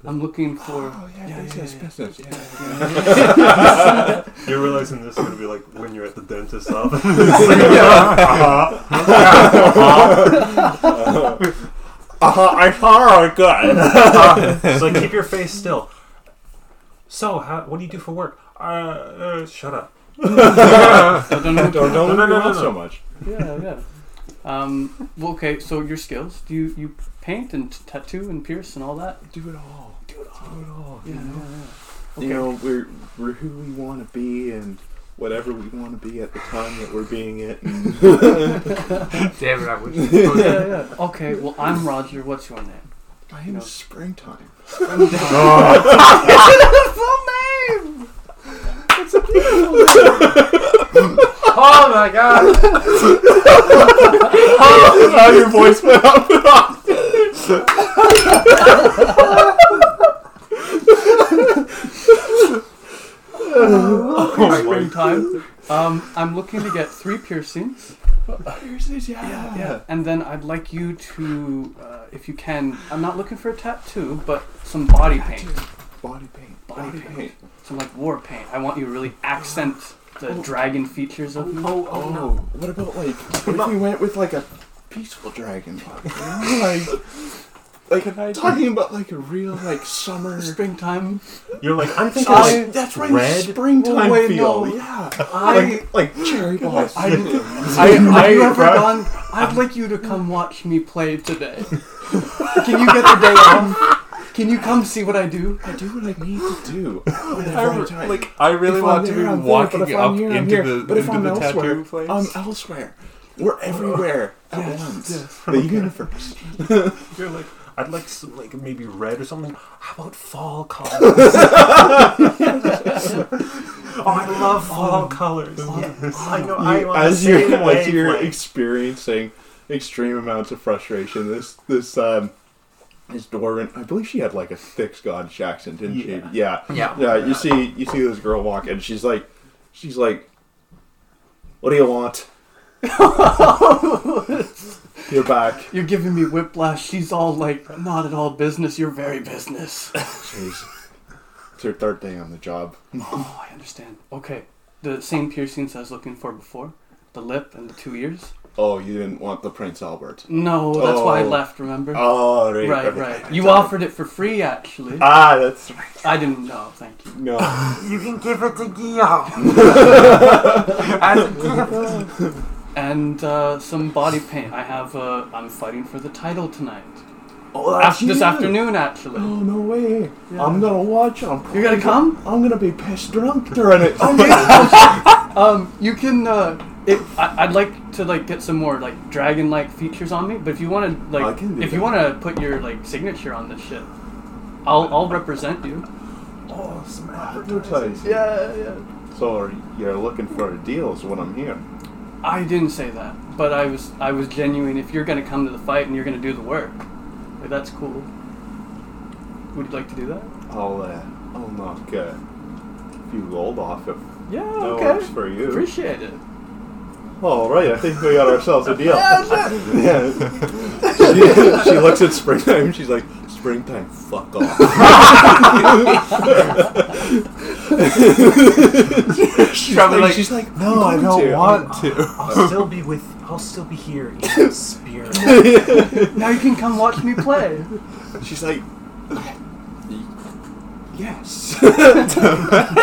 I'm looking for.
[GASPS] Oh yeah,
Yeah,
business,
yeah, yeah.
business. [LAUGHS] Yeah.
[LAUGHS] You're realizing this is gonna be like when you're at the dentist's office.
[LAUGHS] Uh-huh, I saw her good.
[LAUGHS] it's like keep your face still. So, how, what do you do for work? Uh, uh shut up.
I don't know.
Don't don't look
No, no, no,
around
no,
so
no.
much.
Yeah, yeah. Um, well, okay. So your skills? Do you you paint and tattoo and pierce and all that?
Do it all. Do it all. Do it all.
Yeah,
you
yeah,
know?
yeah. Okay.
you know we're we're who we want to be and whatever we want to be at the time that we're being it Uh.
Damn it, I wish.
[LAUGHS]
yeah, yeah. Okay. Well, I'm Roger. What's your name?
i am
No.
springtime
oh my god!
oh your voice went up
Oh Springtime. Um, I'm looking to get three piercings.
yeah
Yeah, and then I'd like you to, uh, if you can, I'm not looking for a tattoo, but some body paint,
body paint
Body paint. some like war paint. I want you to really accent the dragon features of me.
oh, what about like what if we went with like a peaceful dragon body you know, like like talking about like a real like summer
Springtime.
You're like I'm thinking.
That's-
Like,
that's right
red?
springtime
Oh, wait,
feel
no.
yeah
I,
like cherry blossom
I, I, have you ever gone? I'd like you to come watch me play today. Can you get the day off? Can you come see what I do?
I do what I need to do.
I,
Whenever I,
re-
time.
like I really
If
want
I'm
to
there,
be
I'm there,
walking
but if I'm
up
here, I'm
into
here.
the
But if
into
I'm
the
elsewhere,
tattoo place.
I'm elsewhere. We're everywhere at once.
yes.
The universe.
you're like I'd like some like maybe red or something. How about fall
[LAUGHS]
colors? oh, I love
Um,
fall colors. Yes, I know. I want
as
the same
you're as you're
wavelength.
experiencing extreme amounts of frustration, this this um this dwarven, I believe she had like a thick Scottish accent, didn't
Yeah.
she? Yeah.
Yeah.
Yeah. You see you see this girl walk, and she's like, she's like, what do you want? [LAUGHS] you're back.
You're giving me whiplash. She's all like, not at all business. You're very business.
Jeez. It's her third day on the job.
Oh, I understand. Okay. The same piercings I was looking for before the lip and the two ears.
Oh, you didn't want the Prince Albert.
No, that's why I
Oh.
left. Remember?
Oh, right,
right,
okay.
right. You offered it for free, actually.
Ah, that's
I didn't know. Thank you.
no.
You can give it to Guillaume.
And uh, some body paint. I have. Uh, I'm fighting for the title tonight.
oh,
Af- this
you.
afternoon,
Oh
actually.
no way! I'm gonna watch. I'm
You're gonna come?
I'm gonna be pissed drunk during it.
Um, you can. Uh, it, I, I'd like to like get some more like dragon-like features on me, but if you want to
I
like,
can do
if you
that.
want to put your like signature on this shit, I'll I'll represent you.
[LAUGHS] oh, some advertising.
Yeah, yeah.
So are- you're looking for a deal is what I'm hearing.
I didn't say that, but I was I was genuine. If you're gonna come to the fight and you're gonna do the work, like, that's cool. Would you like to do that?
I'll uh, I'll knock uh, a few gold off if
Yeah,
that works
okay.
for you.
Appreciate it.
All Oh, right, I think we got ourselves a deal. yeah. she, she looks at springtime. She's like, springtime, fuck off. she's,
Probably
like,
like,
she's like, no, I don't want
Uh,
to.
I'll still be with. I'll still be here
[LAUGHS]
in spirit. You're
Now you can come watch me [LAUGHS] play.
She's like, yes, [LAUGHS]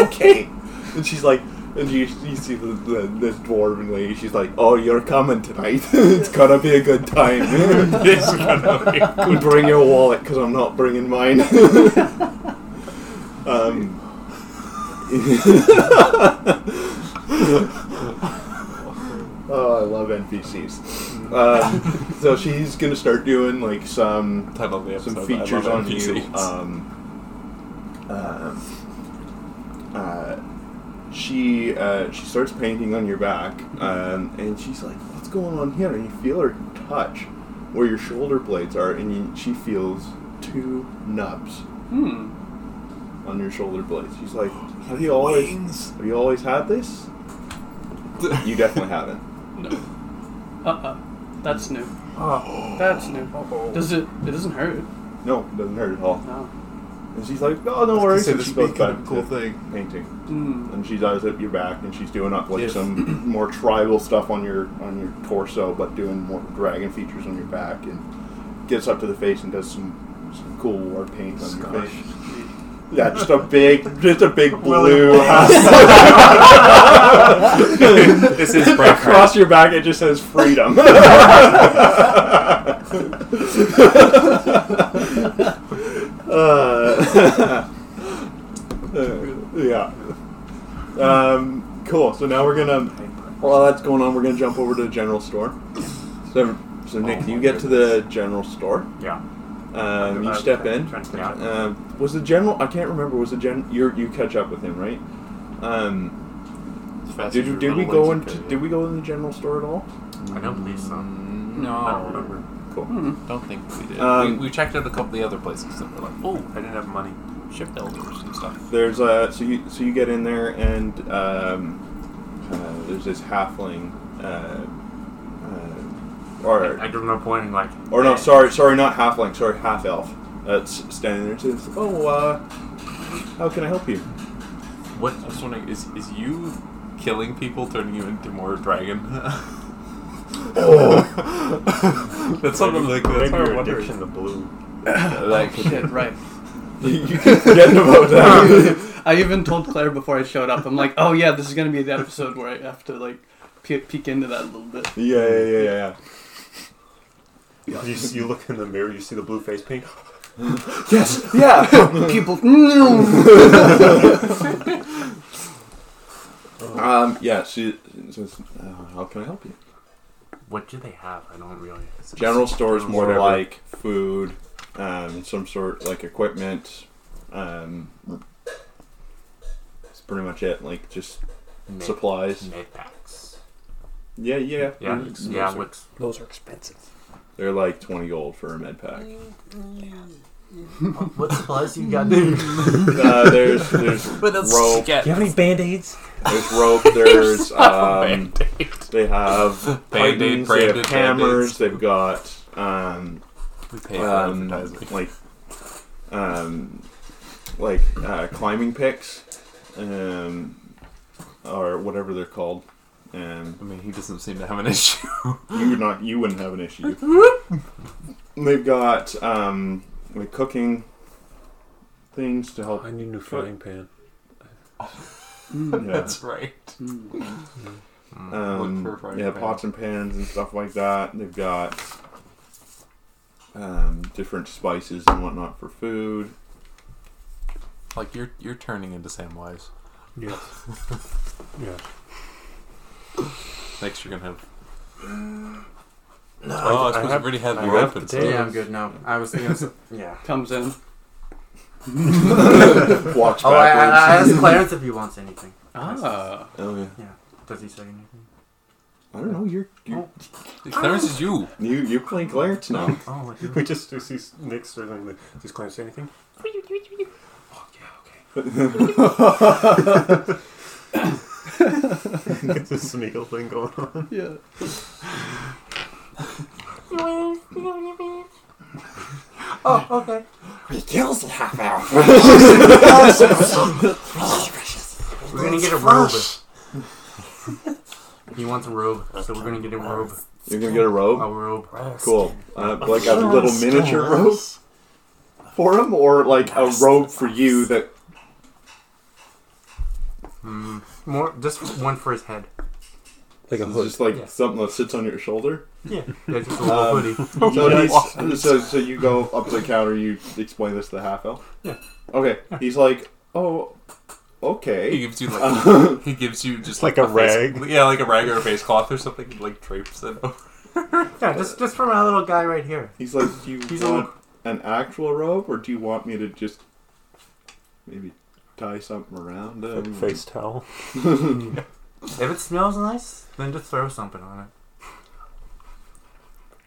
okay. And she's like, and you, you see the, the this dwarven lady. She's like, oh, you're coming tonight. [LAUGHS] it's gonna be a good time. [LAUGHS] it's gonna be. Bring your wallet because I'm not bringing mine. [LAUGHS]
Hmm.
um. [LAUGHS] oh, I love NPCs. Um, so she's gonna start doing like some
Title of the episode. I
some
love
features on [LAUGHS] you.
NPCs.
Um, uh, uh, she uh, she starts painting on your back, um, and she's like, "What's going on here?" And you feel her touch where your shoulder blades are, and you, she feels two nubs
Hmm.
on your shoulder blades. She's like, "Have you always have you always had this?" you definitely haven't.
Uh uh. That's new.
Oh.
That's new. Does it? It doesn't hurt.
No, it doesn't hurt at all.
No.
And she's like, "Oh, no worries."
say
And
this
she
would be
goes
kind of
back
a cool
to
thing.
painting.
Hmm.
and she does it your back and she's doing up like
Yes.
some [CLEARS THROAT] more tribal stuff on your on your torso but doing more dragon features on your back and gets up to the face and does some some cool war paint on your face yeah just a big just a big blue
[LAUGHS] this is Braveheart.
across your back it just says freedom Uh, [LAUGHS] yeah. Um, cool. So now we're gonna. While that's going on, we're gonna jump over to the general store. So, so
Oh
Nick, you get to the general store.
Yeah.
Um, you step in.
Trying to
Yeah.
yeah.
Um, was the general? I can't remember. Was the gen? You you catch up with him, right? Um, did you, did we go into did we go in the general store at all?
I don't believe so.
Um, No,
I don't remember.
Cool.
Hmm.
don't think we did.
Um,
we, we checked out a couple of the other places that were like, oh,
I didn't have money.
shipbuilders and stuff.
There's a so you so you get in there and um, uh, there's this halfling. Uh, uh, or
I don't know pointing like.
Or no, sorry, sorry, not halfling, sorry, half elf. That's standing there and says, "Oh, uh, how can I help you?" [LAUGHS]
What I was wondering is is you killing people turning you into more dragon? that's something like that's
Maybe
what I'm
your
wondering.
addiction to blue.
[LAUGHS] Like,
Shit. [LAUGHS] Right.
you keep forgetting about that. [LAUGHS]
I even told Claire before I showed up. I'm like, oh yeah, this is gonna be the episode where I have to like pe- peek into that a little [LAUGHS] bit.
yeah, yeah, yeah, yeah.
You, s- you look in the mirror, you see the blue face paint.
Yes, [LAUGHS] yeah.
People.
um, yeah. She says, uh, "How can I help you?"
What do they have? I don't really.
General store is more
Whatever.
like food, um, some sort like equipment. Um, it's pretty much it. Like just
Mid,
supplies.
Mid packs.
Yeah, yeah,
Yeah.
Mm,
yeah.
those are-
What's
Those are expensive.
They're like twenty gold for a med pack.
what supplies you [LAUGHS] got? There?
uh, there's there's rope.
Do you have any band aids?
There's rope. There's um, they have pitons,
Band-Aid,
they have
branded
hammers.
Band-Aids.
They've got um,
we pay for
um
advertising.
like um, like uh, climbing picks, um, or whatever they're called. and
I mean, he doesn't seem to have an issue.
you would not you wouldn't have an issue.
[LAUGHS]
They've got um like cooking things to help.
Oh, I need a new frying pan.
Mm,
[LAUGHS]
Yeah.
right.
mm.
Um,
Look for a frying
yeah,
pan.
pots and pans and stuff like that. They've got um, different spices and whatnot for
[LAUGHS]
food. [LAUGHS]
Like you're you're turning into Samwise.
Yes. [LAUGHS] yes.
Next, you're gonna have.
No,
oh, I suppose I have, already had
I
your
have
open.
potatoes.
Yeah, I'm good now. I was thinking. Of, some- yeah.
Comes in.
Walks backwards.
Oh, I, I, I asked Clarence if he wants anything.
[LAUGHS] Ah.
oh yeah.
Does he say anything?
I don't know. You're you
Clarence is you.
you you playing Clarence
[LAUGHS]
now.
Oh, like,
[LAUGHS] We just we see Nick circling the. Does Clarence
[LAUGHS]
say anything?
oh yeah, okay.
It's a Smeagol thing going on.
Yeah.
[LAUGHS] Oh,
He kills the half hour.
We're gonna get a robe. he wants a robe, so we're gonna get a robe.
You're gonna get a robe.
A robe.
Cool. Uh, like a little miniature robe for him, or like a robe for you that
Mm, more, just one for his head.
Like
It's just like
Yeah.
something that sits on your shoulder.
Yeah, it's just a little
Um,
hoodie.
So, he's, so, so you go up to the counter, you explain this to the half elf.
Yeah.
Okay. He's like, oh,
He
[LAUGHS] okay.
gives you like he gives you just
Like a
face-
rag.
yeah, like a rag or a face cloth or something. and, Like drapes it. [LAUGHS] over.
[LAUGHS] Yeah, just just for my little guy right here.
He's like, do you
He's
want an actual robe, or do you want me to just maybe tie something around him?
face towel.
If it smells nice, then just throw something on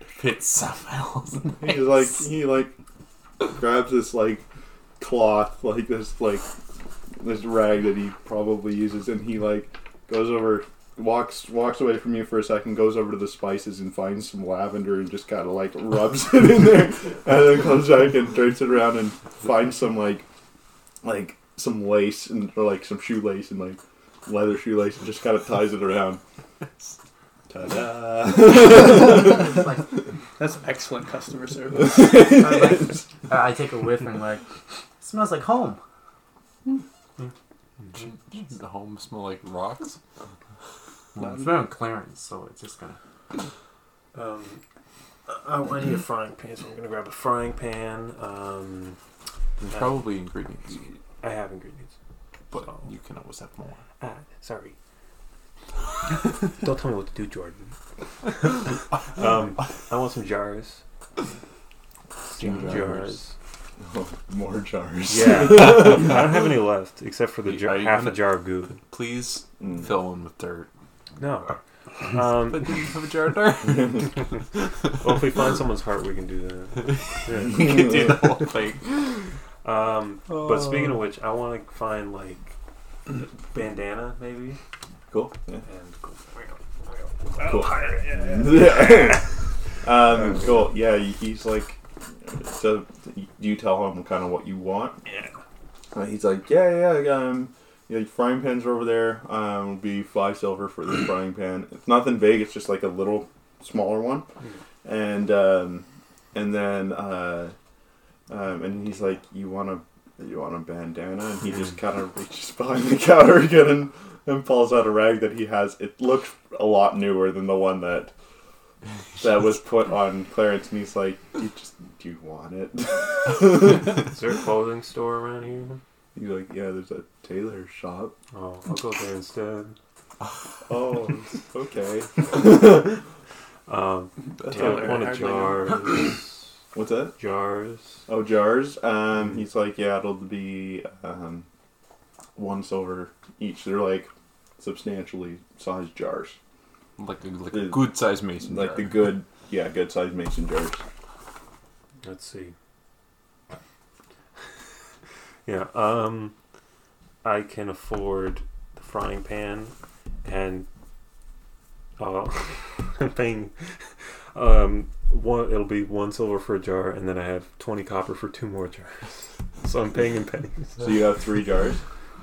it.
Fits somehow.
He's like, he like grabs this like cloth, like this like this rag that he probably uses, and he like goes over, walks walks away from you for a second, goes over to the spices and finds some lavender and just kind of like rubs [LAUGHS] it in there, and then comes back and drapes it around and finds some like like some lace and or like some shoelace and like leather shoelace and just kind of ties it around. Ta-da!
Like,
That's excellent customer service.
I, like, [LAUGHS] I I take a whiff and like, smells like home.
The home smell like rocks.
Well,
[LAUGHS]
it's been on clearance, so it's just gonna.
Um, I, I need a frying pan, so I'm gonna grab a frying pan. Um,
There's probably ingredients,
I have ingredients.
but you can always have more.
Ah,
[LAUGHS]
sorry. Don't tell me what to do, Jordan. um, I want some jars. Steam
Jars.
jars.
More
[LAUGHS]
jars. [LAUGHS]
Yeah. I don't have any left except for the
Are
jar,
you
half a
gonna-
jar of goo.
Please
Mm.
fill in with dirt. [LAUGHS]
No. Um,
But do you have a jar of dirt? [LAUGHS]
well, if we find someone's heart, we can do that. Yeah.
Mm.
[LAUGHS] you can do the whole thing.
Um, but speaking of which, I want to find like bandana maybe
Cool. Yeah.
and go.
Cool. um, cool. [LAUGHS] Yeah, he's like, so you tell him kind of what you want.
Yeah.
Uh, he's like, yeah, yeah, um, yeah, frying pans are over there. Um, will be five silver for this frying pan. It's nothing big. It's just like a little smaller one, and um, and then uh, um, and he's like, you want a you want a bandana, and he just kind of reaches behind the counter again and, and pulls out a rag that he has. It looks a lot newer than the one that that was put on Clarence, and he's like, you just do you want it?
Is there a clothing store around here?
He's like, yeah, there's a tailor shop.
Oh, I'll go there instead.
Oh, okay.
Um,
Taylor,
I want a
hardly
jars.
What's that?
jars.
Oh, jars. Um, he's like, yeah, it'll be um, one silver each. They're like substantially sized jars,
Like a, like
The-
a good sized mason
like
jar.
the good, yeah, good sized mason jars.
Let's see. [LAUGHS] yeah. Um, I can afford the frying pan, and uh, [LAUGHS] I'm paying. Um, one it'll be one silver for a jar, and then I have twenty copper for two more jars. [LAUGHS] So I'm paying in pennies.
[LAUGHS] So you have three jars.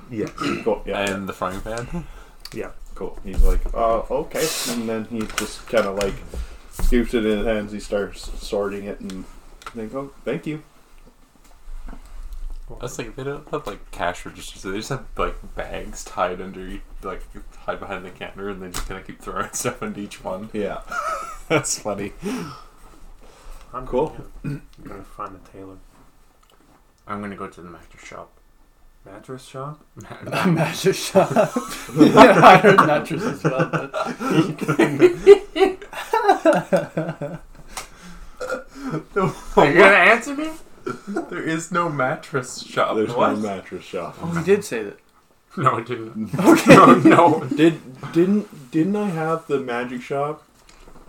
Yes.
Cool. Yeah.
and the frying pan.
Yeah.
Cool. He's like, uh, okay. And then he just kind of like scoops it in his hands. He starts sorting it and they go, thank you.
I was like, they don't have like cash registers. They just have like bags tied under, e, like tied behind the counter, and they just kind of keep throwing [LAUGHS] stuff into each one.
Yeah.
That's funny.
I'm
Cool.
Gonna, I'm [COUGHS] gonna find a tailor.
I'm gonna go to the mattress shop.
[LAUGHS]
Mattress shop?
A mattress shop. yeah, [LAUGHS] I heard mattress as well, but
Are you gonna answer me?
There is no mattress
Uh,
shop.
There's
what?
no mattress shop.
[LAUGHS] oh, you did say that.
[LAUGHS] No, I didn't.
[LAUGHS]
Okay.
No, no.
Did didn't didn't I have the magic shop?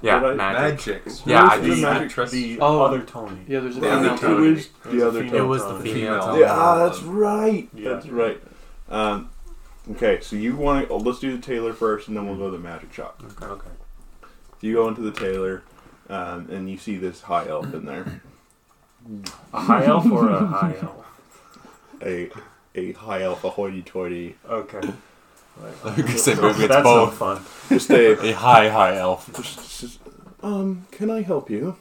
Yeah,
Did I-
magic.
Magic.
Yeah, I
Who's
do.
the magic
mattress.
The
Oh.
other Tony.
Yeah, there's a
The
other
other
female
Tony.
Tony.
two is the other
female
It
Tony.
was the female.
Female.
Yeah, ah, that's right.
Yeah.
That's right. Um, okay, so you want to let's do the tailor first, and then we'll go to the magic shop.
Okay.
So you go into the tailor, um, and you see this high elf in there,
A high elf or a high elf?
a a high elf, a hoity-toity,
Okay.
I was gonna say maybe it's
[LAUGHS] That's no
both.
fun.
just a.
A high, high elf.
just- just, um, can I help you?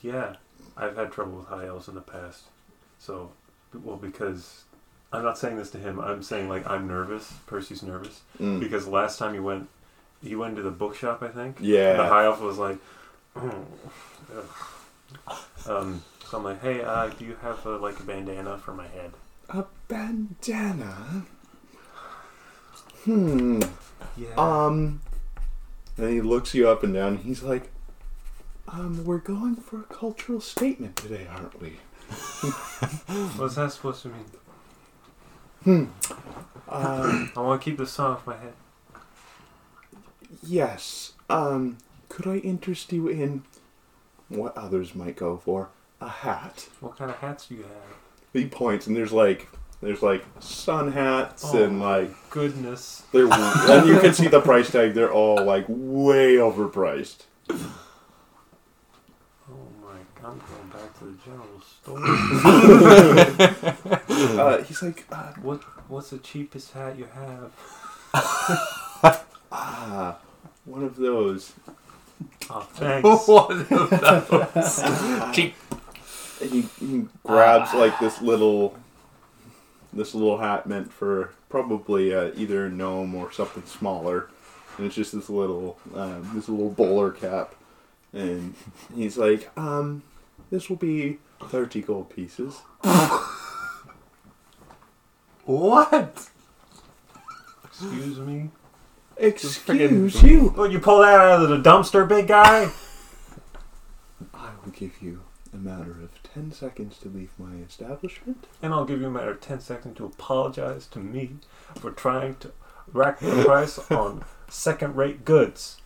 Yeah, I've had trouble with high elves in the past. So, well, because I'm not saying this to him. I'm saying like I'm nervous. Percy's nervous
Mm.
because last time he went, he went to the bookshop, I think.
Yeah.
The high elf was like, "Mm, ugh." um. So I'm like, hey, uh, do you have uh, like a bandana for my head?
A bandana? Hmm.
Yeah.
Um. And he looks you up and down. And he's like, um, we're going for a cultural statement today, aren't we?
What's that supposed to mean? [LAUGHS]
Um,
I want to keep this song off my head.
yes. Um, could I interest you in what others might go for? A hat.
What kind of hats do you have?
He points, and there's like, there's like sun hats
Oh.
and like,
Goodness.
they're, and you can see the price tag. They're all like way overpriced.
Oh my! I'm going back to the general store.
Uh, he's like, uh,
what? What's the cheapest hat you have?
ah, one of those.
[LAUGHS] Oh, thanks.
And he, he grabs like this little this little hat meant for probably uh, either a gnome or something smaller and it's just this little um, this little bowler cap and he's like um this will be 30 gold pieces
What?
Excuse me.
excuse you
Well, you pull that out of the dumpster, big guy.
i will give you a matter of 10 seconds to leave my establishment
and I'll give you a matter of ten seconds to apologize to me for trying to rack the [LAUGHS] price on second-rate goods.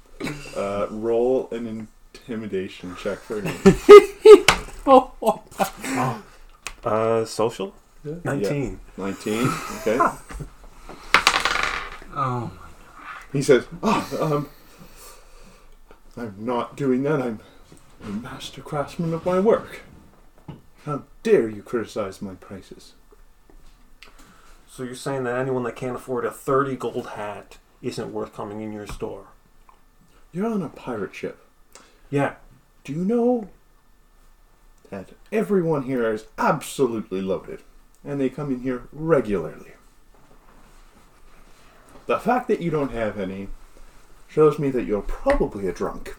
uh, roll an intimidation check for me
Uh, social. Nineteen.
19 okay
Oh,
He says, "Oh, um, I'm not doing that. I'm a master craftsman of my work. How dare you criticize my prices?
So you're saying that anyone that can't afford a thirty gold hat isn't worth coming in your store?
You're on a pirate ship.
Yeah.
Do you know that everyone here is absolutely loaded, and they come in here regularly? The fact that you don't have any shows me that you're probably a drunk,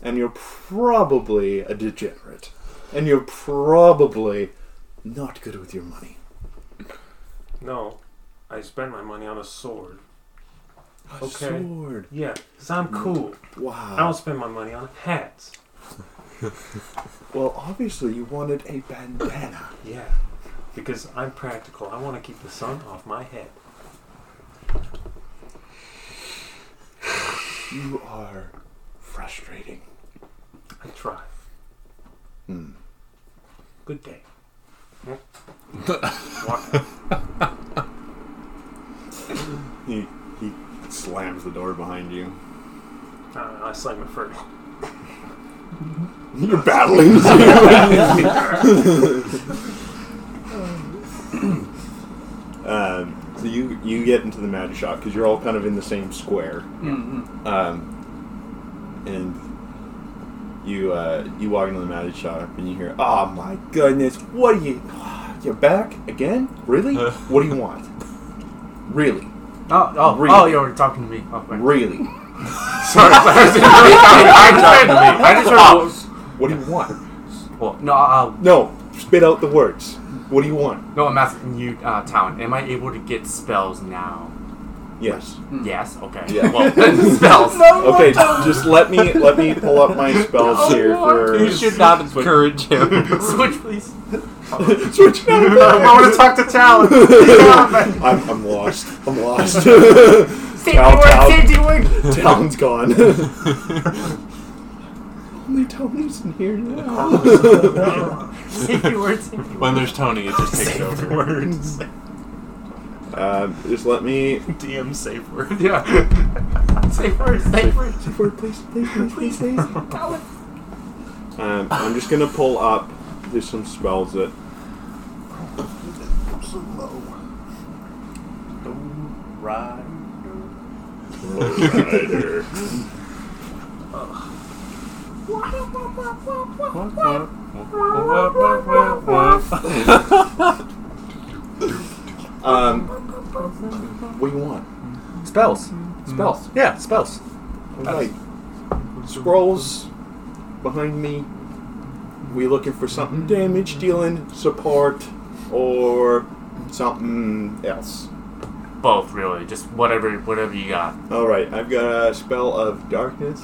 and you're probably a degenerate, and you're probably not good with your money.
No, I spend my money on a sword.
A
Okay.
sword.
Yeah, cause I'm cool.
Wow.
I don't spend my money on hats.
Well, obviously you wanted a bandana.
Yeah, because I'm practical. I want to keep the sun off my head.
You are frustrating.
I try.
Hmm.
Good [LAUGHS] day. Uh, Walk.
He he slams the door behind you. [LAUGHS]
Uh, I slam it first.
You're battling. [LAUGHS] um, so you you you get into the magic shop because you're all kind of in the same square,
Mm-hmm.
um, and you uh, you walk into the magic shop and you hear, "Oh my goodness, what are you? [SIGHS] You're back again? Really? what do you want? Really,
Oh, oh,
Really?
oh, you're talking to me. Oh, right.
really?
Sorry, sorry. I
[LAUGHS]
tried to be.
I just
Oh.
heard.
What do you want?
Well, no, uh,
No, spit out the words. What do you want?
No, I'm asking you, uh, Talon. Am I able to get spells now?
Yes.
Yes. Okay.
Hmm. Yeah.
Well, [LAUGHS] then
[LAUGHS]
spells.
Okay, just let me let me pull up my spells here
You
for
should not encourage him. Switch, please.
switch.
I want to talk to Talon.
I'm, I'm lost. I'm lost. Tal, [LAUGHS] Tal, Talon's gone. Only Tony's in here now. [LAUGHS]
Safety word, safety
When there's Tony, it just takes over.
words.
Uh, just let me.
DM safe word. Yeah. safe word, safe word.
Safe word, please, please, please, please, please.
Talon.
Um, I'm just gonna pull up. There's some spells that.
I'm so low.
Right.
Lowrider. um, what do you want?
Spells. Spells. Yeah, spells.
like scrolls behind me. We looking for something damage dealing, support, or something else.
Both, really. Just whatever, whatever you got.
All right, I've got a spell of darkness.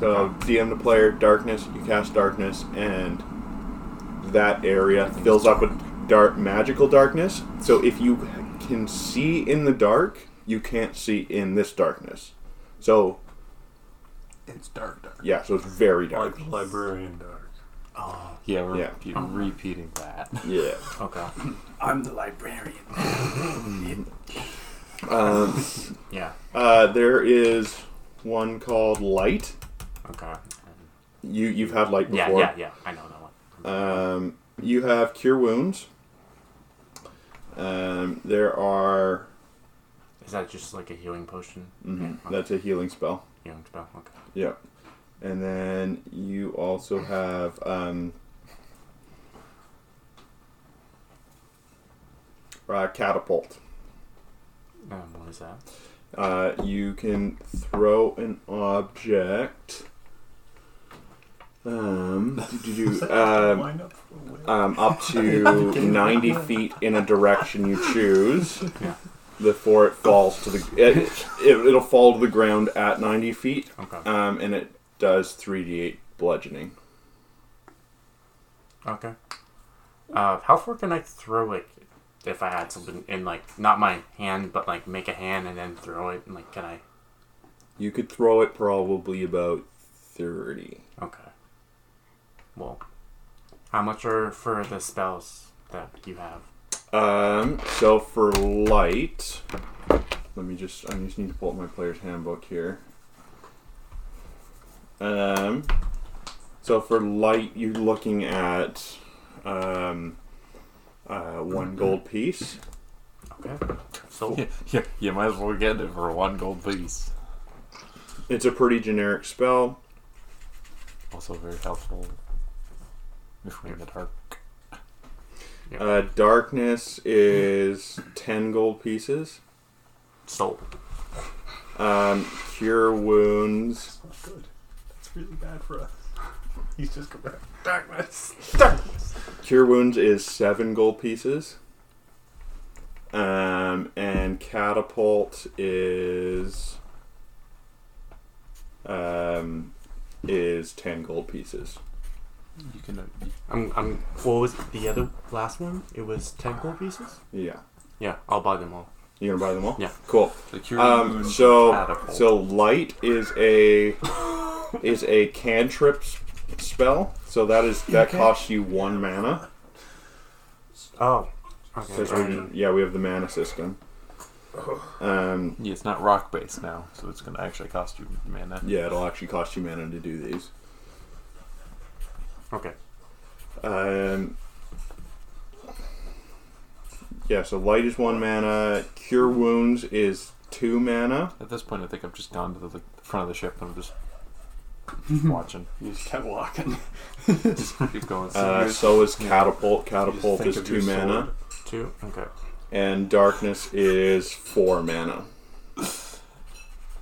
So DM the player darkness. You cast darkness, and that area fills up with dark magical darkness. So if you can see in the dark, you can't see in this darkness. So
It's dark, dark.
yeah, so it's very dark.
Like librarian dark.
Yeah, we're
Yeah.
keep repeating that.
Yeah.
Okay.
I'm the librarian.
Um,
Yeah.
Uh, there is one called Light.
Okay.
You you've had Light
Yeah,
before.
yeah, yeah. I know that one.
Um, you have Cure Wounds. Um, there are.
Is that just like a healing potion?
mhm,
Yeah, okay.
That's a healing spell.
healing spell. Okay.
Yeah. And then you also have. Um, uh, catapult.
Um, what is that?
Uh, you can throw an object. Um, do, um,
Line up for where?
um, up to 90 feet in a direction you choose
Yeah.
before it falls to the it, it, it'll fall to the ground at 90 feet
Okay.
um, and it does 3d8 bludgeoning
Okay. Uh, how far can I throw it if I had something in like not my hand, but like make a hand and then throw it? And, like, can I?
you could throw it probably about 30
Okay. Well, how much are for the spells that you have?
um, so for light let me just i just need to pull up my player's handbook here um, so for light you're looking at um, uh, one gold piece
Okay. So
Yeah, yeah, you might as well get it for one gold piece.
It's a pretty generic spell.
Also very helpful if we're in the dark.
Uh, darkness is 10 gold pieces.
soul.
Um, cure wounds.
It's not good. That's really bad for
[LAUGHS]
us. He's just going
Darkness.
Cure wounds is 7 gold pieces. Um, and catapult is um, is 10 gold pieces.
You can. Uh,
I'm. I'm. What was the other last one? It was ten gold pieces.
Yeah.
Yeah, I'll buy them all.
You gonna buy them all?
Yeah.
Cool.
the cure
Um,
wounds
so
catapult.
so light is
[LAUGHS]
a is a cantrip s- spell. So that is that costs you one mana.
Oh. Okay.
'Cause we- yeah, we have the mana system. Um,
Yeah, it's not rock based now, so it's gonna actually cost you mana.
yeah, it'll actually cost you mana to do these.
Okay.
Um, Yeah, so light is one mana. Cure wounds is two mana.
At this point, I think I've just gone to the, the front of the ship and I'm just watching.
You just kept [LAUGHS] walking.
Just keep going.
Uh, so is catapult. Catapult
think
is
of
two
your sword.
mana,
Two. Okay.
and darkness is four mana.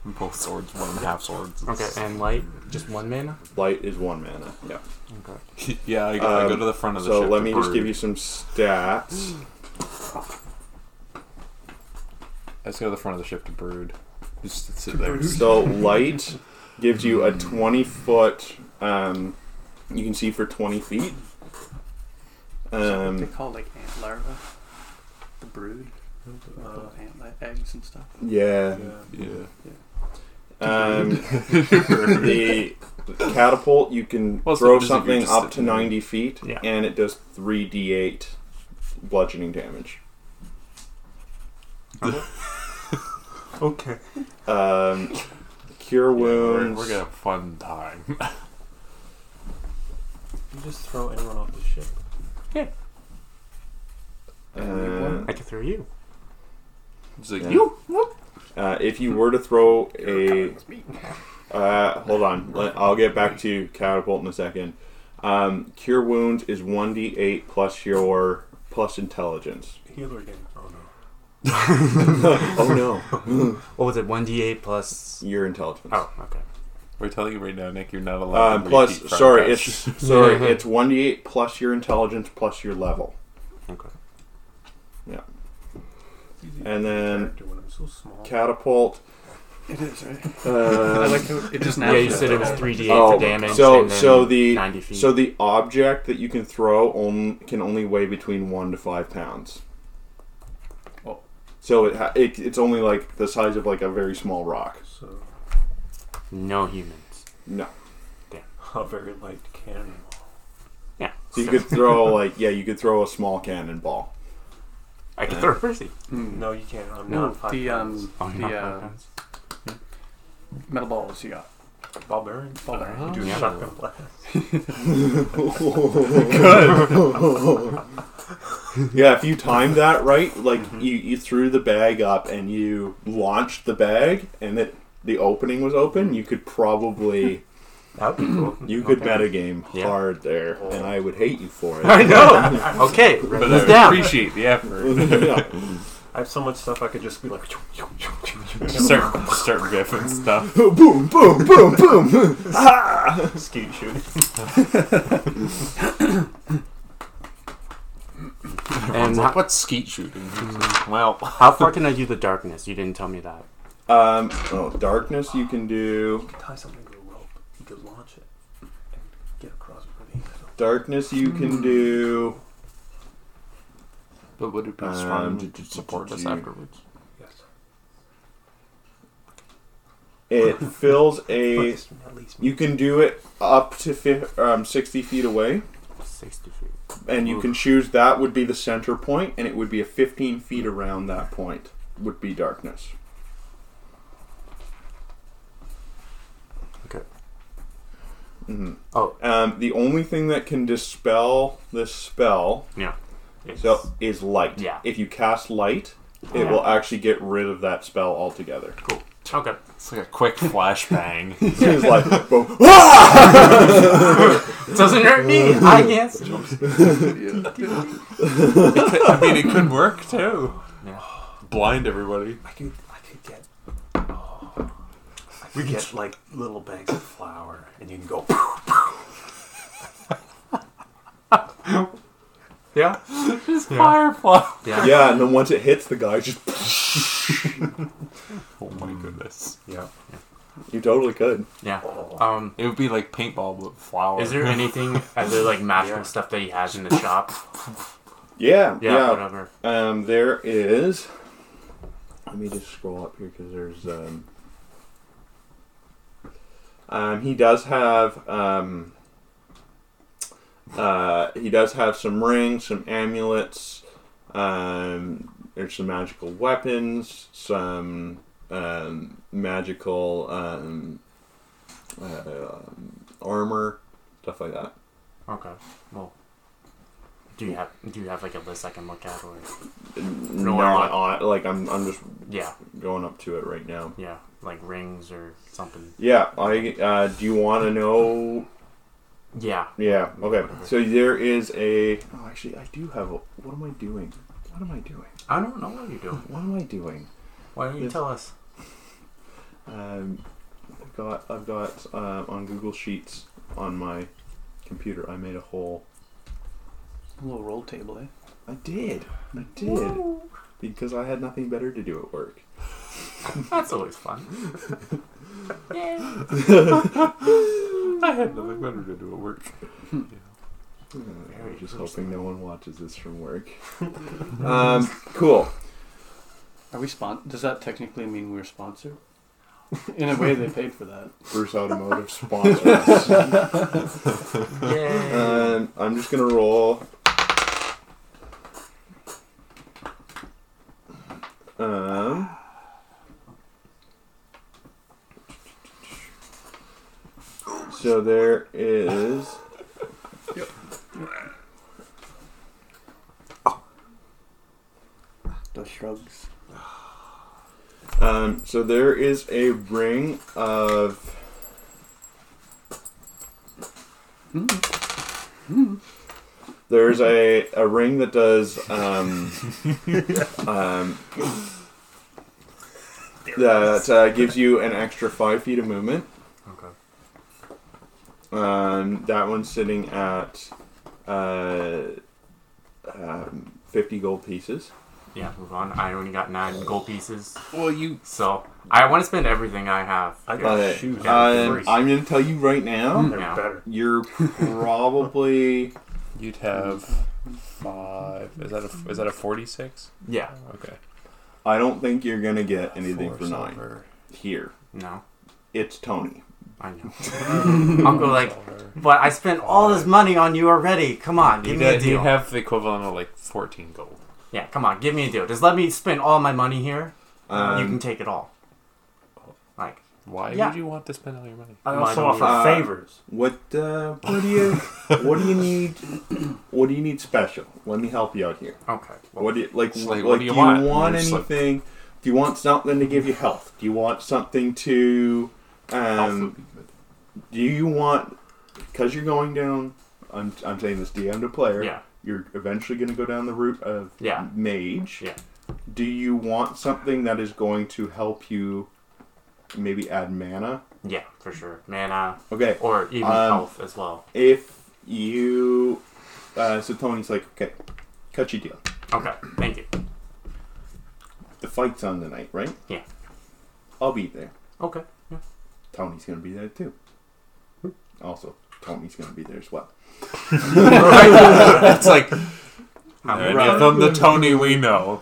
Both swords, one and a half swords.
Okay. And light, just one mana.
Light is one mana. Yeah.
[LAUGHS] yeah, I, I go
Um,
to the front of the
So
ship.
let
to
me just give
brood.
you some stats.
I just go to the front of the ship to brood. Just sit there.
So light gives you a twenty foot. Um, you can see for twenty feet.
they
Um,
call like ant larvae, the brood,
Uh,
full of ant la- eggs and stuff.
yeah.
yeah.
Yeah.
Um, the catapult you can
Well, so
throw
it doesn't- you're
something
just
up to
sitting there.
ninety feet,
Yeah.
and it does three d eight bludgeoning damage.
Okay.
Um, cure
Yeah, we're-
wounds. uh,
We're, gonna have a fun time. [LAUGHS]
You just throw anyone off the ship.
Uh,
I can throw you.
It's like,
Yeah.
you-
Uh, if you were to throw a, uh, hold on, let, I'll get back to catapult in a second. Um, cure wounds is one d eight plus your plus intelligence.
Healer again. Oh no.
oh no,
What was it? One d eight plus.
your intelligence.
Oh, okay.
we're telling you right now, Nick, you're not allowed.
Um,
to
plus,
repeat
sorry,
broadcast.
it's sorry, it's one d eight plus your intelligence plus your level.
Okay.
It's easy.
And then-
Character when I'm so small.
Catapult.
It
[LAUGHS]
is right.
Uh,
[LAUGHS] I like how it just
Yeah, you
naturally-
said it was three d eight
Oh,
for damage.
so-
and then
so the-
ninety feet.
so the object that you can throw on, can only weigh between one to five pounds.
Oh.
So it, ha- it it's only like the size of like a very small rock.
So
no humans.
No.
a very light cannonball.
Yeah.
So you could throw like yeah, you could throw a small cannonball.
I can throw a person.
Hmm.
No, you can't. I'm
No,
not five
the,
pounds.
um,
Oh, you're
The,
not five
uh,
pounds?
metal balls you got.
ball bearing.
Ball bearing.
Uh-huh.
You do
yeah.
a shotgun
[LAUGHS]
blast.
yeah, if you timed that right, like
Mm-hmm.
you, you threw the bag up and you launched the bag and it the opening was open, you could probably
[LAUGHS] That would be cool.
you could
Okay.
metagame
Yeah.
hard there and I would hate you for
[LAUGHS] I [LAUGHS]
it.
know. Okay,
[LAUGHS] But
write
I
this down.
appreciate
[LAUGHS]
the effort.
Yeah.
I have so much stuff I could just be like. [LAUGHS]
start, start riffing stuff.
boom, boom, boom, boom. [LAUGHS] Ah!
Skeet shooting.
And
Like,
how,
what's skeet shooting? Well,
how far can I do the darkness? You didn't tell me that.
Um, oh, darkness you can do.
You could tie something to a rope. You could launch it and get across with it.
Darkness you can do.
but would it be
Um,
smart
d-
to
d- d-
support
d-
us
d-
afterwards?
Yes.
It fills
[LAUGHS]
a.
But at least
You can do it up to fi- um, 60 feet away,
Sixty feet.
and you can choose that would be the center point, and it would be a 15 feet around that point would be darkness.
Okay.
Mhm.
Oh.
Um, the only thing that can dispel this spell
Yeah. It's-
so is light.
Yeah.
If you cast light, it
Yeah.
will actually get rid of that spell altogether.
Okay.
It's like a [LAUGHS] quick flashbang.
[LAUGHS] It's
[LAUGHS]
like, boom.
It [LAUGHS] doesn't hurt [LAUGHS] me. I guess.
[LAUGHS] I mean, it could work too.
Yeah.
Blind everybody.
I could, I could get. Oh, I could get like little bags of flour, and you can go. [LAUGHS]
Yeah.
Just firefly.
Yeah.
Yeah, and then once it hits the guy, just
Oh my
Mm.
goodness.
Yeah.
you totally could.
Yeah. Um.
It would be like paintball but flower.
Is there anything? Are there like magical stuff that he has in the shop?
Yeah,
Yeah.
yeah.
Whatever.
Um, there is. Let me just scroll up here because there's. Um, um, he does have. Um, uh, he does have some rings, some amulets. Um, there's some magical weapons, some um, magical um, uh, um, armor, stuff like that.
Okay. Well. Do you have Do you have like a list I can look at or?
No,
I'm-
on, like I'm, I'm just
Yeah,
going up to it right now.
yeah, like rings or something.
Yeah, I uh, do you want to know?
Yeah,
Yeah, okay. So there is a. Oh, actually, I do have. A, what am I doing? What am I doing?
I don't know what you're doing.
What am I doing?
Why don't you
Yes.
tell us?
Um, I've got I've got uh, on Google Sheets on my computer. I made a whole.
A little roll table, eh?
I did. I did because I had nothing better to do at work.
That's always fun.
I had nothing better to do at work.
Uh,
Very
just
interesting.
hoping no one watches this from [LAUGHS] work. um, cool.
Are we spon- Does that technically mean we're sponsored? [LAUGHS] In a way, they paid for that.
Bruce Automotive sponsors.
Yay!
um, I'm just gonna roll. Um. So there is.
The shrugs.
Um, so there is a ring of. There's a, a ring that does um, um, that uh, gives you an extra five feet of movement.
Okay.
Um, that one's sitting at uh, um, fifty gold pieces.
Yeah, move on. I only got nine gold pieces,
Well, you
so I want to spend everything I have.
I got
Uh,
shoes.
um, I'm going to tell you right now.
They're
Yeah.
better.
You're probably
you'd have five. Is that a is that a forty six?
Yeah.
Okay.
I don't think you're gonna get anything
Four
for nine
silver,
here.
No,
It's Tony.
I know. I'll go like,
silver.
but I spent all this money on you already. Come on, give
You'd,
me a
have- you'd
deal.
have the equivalent of like fourteen gold.
Yeah, come on, give me a deal. Just let me spend all my money here. you
Um,
[LAUGHS] can take it all. Like,
Why
Yeah.
would you want to spend all your money?
I
Mine
also
are
offer
weird.
favors.
what uh, what do you what do you need? What do you need special? Let me help you out here.
okay. Well,
What do you, like,
It's
like?
like,
what do you want,
It's like-
anything? do you want something to give you health? Do you want something to? Um, do you want? Because you're going down. I'm, I'm saying this DM to player.
yeah,
You're eventually going to go down the route of
yeah.
mage.
Yeah.
Do you want something that is going to help you maybe add mana?
Yeah, for sure. Mana
Okay.
or even
Um,
health as well.
If you uh, so Tony's like, okay, cut your deal.
Okay, thank you.
The fight's on tonight, right?
Yeah.
I'll be there.
Okay.
Tony's gonna be there too. Also, Tony's gonna be there as well.
It's like
And give them the Tony we know.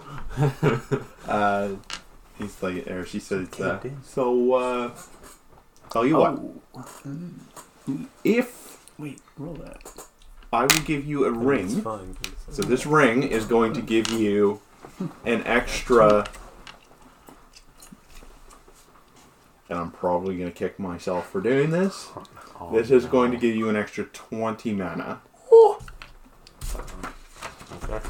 Uh, he's like, or she says, uh, so uh, tell you what, if
Wait, roll that.
[LAUGHS] I will give you a
It's
ring.
fine.
So this ring is going to give you an extra. And I'm probably going to kick myself for doing this.
Oh,
This is going to give you an extra 20 mana,
Okay.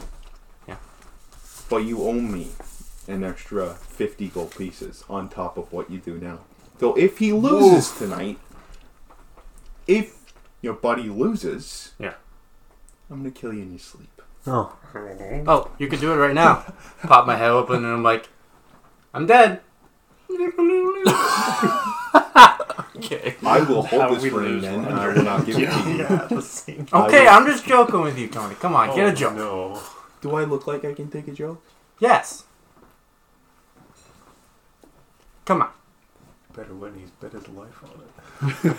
but you owe me an extra 50 gold pieces on top of what you do now. So if he loses tonight, if your buddy loses,
Yeah.
I'm going to kill you in your sleep.
Oh,
Oh, you could do it right now. Pop my head open and I'm like, I'm dead. okay.
I
[LAUGHS]
will
How
hold this
we
ring
lose
then,
one.
and I will not give it to you.
Okay,
will-
I'm just joking with you, Tony. Come on, get a joke.
Oh, No.
Do I look like I can take a joke?
Yes. Come on.
Better when he's bet his life on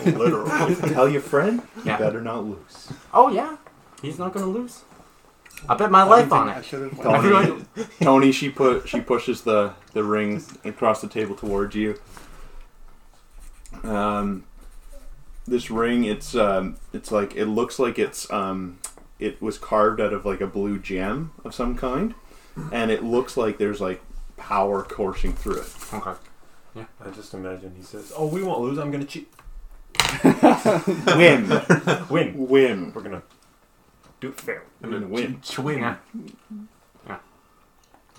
it.
[LAUGHS] Literally. Tell your friend, you
Yeah.
better not lose.
Oh yeah, he's not gonna lose. I bet my life on
I
it.
should have.
Tony,
Everyone-
Tony, she put she pushes the the ring across the table towards you. Um, this ring, it's um, it's like it looks like it's um, it was carved out of like a blue gem of some kind, and it looks like there's like power coursing through it.
Okay.
I just imagine he says, "Oh, we won't lose. I'm gonna cheat.
Win,
Win.
win.
We're gonna
Do it fair.
And
We're gonna
then
win.
Chewing.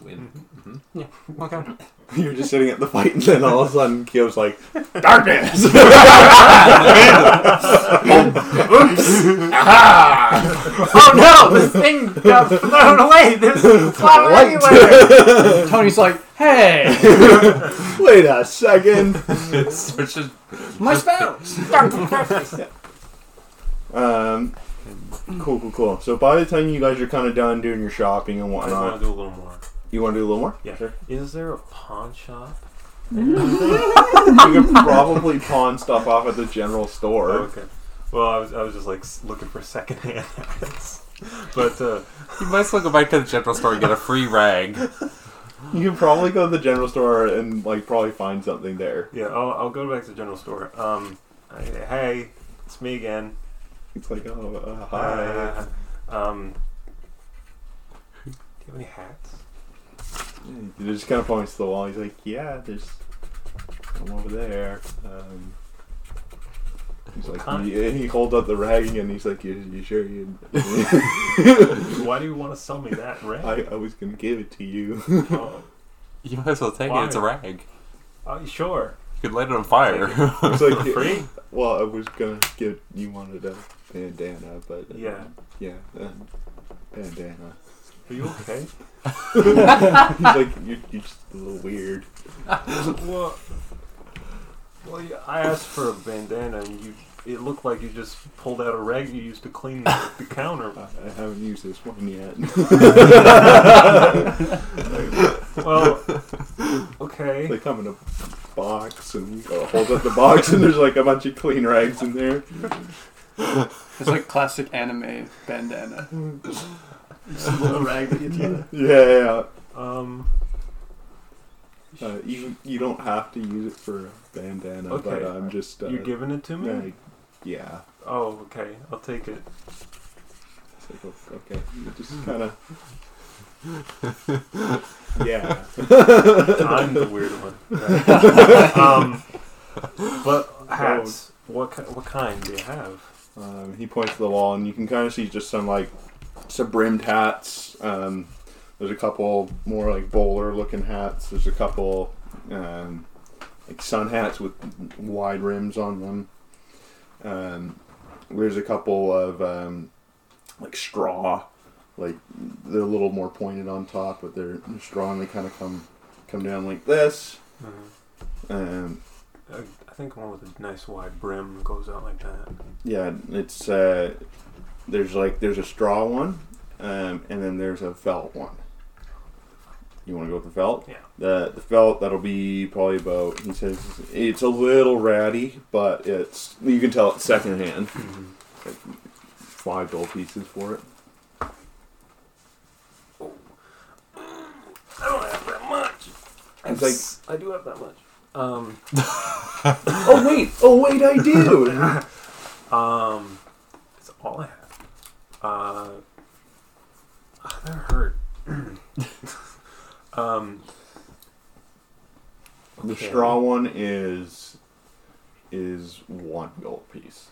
Win. Mm-hmm.
Okay.
You're just sitting at the fight, and then all of a sudden,
[LAUGHS]
Kyo's like, "Darkness." [LAUGHS]
Oh no! This thing got blown away. There's flower everywhere.
[LAUGHS] Tony's like, hey,
Wait a second.
it switches.
my spells.
Um, cool, cool, cool. So by the time you guys are kind of done doing your shopping and
I want
whatnot,
to do a little more.
you want to do a little more?
Yeah. Is there a pawn shop?
you could probably pawn stuff off at the general store.
Oh, okay. Well, I was, I was just like s- looking for [LAUGHS] secondhand items. But uh,
You might as well go back to the general store and get a free rag.
You can probably go to the general store and like probably find something there.
yeah, I'll, I'll go back to the general store. Um, I- hey, it's me again.
It's like, oh, uh, hi.
um, do you have any hats?
He just kind of points to the wall. He's like, yeah, there's one over there. Um, he's like,
Kind
he, and he holds up the rag again. He's like, you, you sure you?
[COUGHS]
[LAUGHS]
Why do you want to sell me that red?
I, I was gonna give it to
[LAUGHS]
you.
oh,
You might as well take it. It's a rag. You
oh, sure.
could light it on fire. [LAUGHS]
It's like,
Free?
well, I was gonna give you wanted a bandana, but uh,
Yeah.
yeah, um,
[LAUGHS]
bandana. [LAUGHS]
Are you okay?
He's like, you, you're just a little weird.
well, well, yeah, I asked for a bandana, and you. It looked like you just pulled out a rag you used to clean the, the counter.
I,
with.
I haven't used this one yet. [LAUGHS]
Well, okay.
They come in a box, and you gotta hold up the box, and there's like a bunch of clean rags in there.
It's like classic anime bandana. It's a little rag that you
Yeah,
tie.
yeah.
Um,
yeah. Uh, you you don't have to use it for a bandana, but
Okay.
I'm just uh,
you're giving it to me?
like, yeah.
Oh, okay. I'll take it.
It's like, o- okay, you just kind of yeah.
I'm the weird one. Right. um, but hats. What ki- what kind do you have?
Um, he points to the wall, and you can kind of see just some like some brimmed hats. Um, there's a couple more like bowler looking hats. There's a couple um, like sun hats with wide rims on them. Um, there's a couple of um, like straw, like they're a little more pointed on top, but they're, they're straw and they kind of come come down like this. Um,
I, I think one with a nice wide brim goes out like that.
Yeah, it's uh, there's like there's a straw one, um, and then there's a felt one. You want to go with the felt?
Yeah.
The the felt that'll be probably about. He says it's a little ratty, but it's you can tell it's secondhand. Like five gold pieces for it.
I don't have that much.
It's like
I do have that much. Um,
oh wait, oh wait, I [LAUGHS] do.
um, it's all I have. Uh, ah, that hurt. [CLEARS THROAT] um,
the
Okay.
straw one is is one gold piece.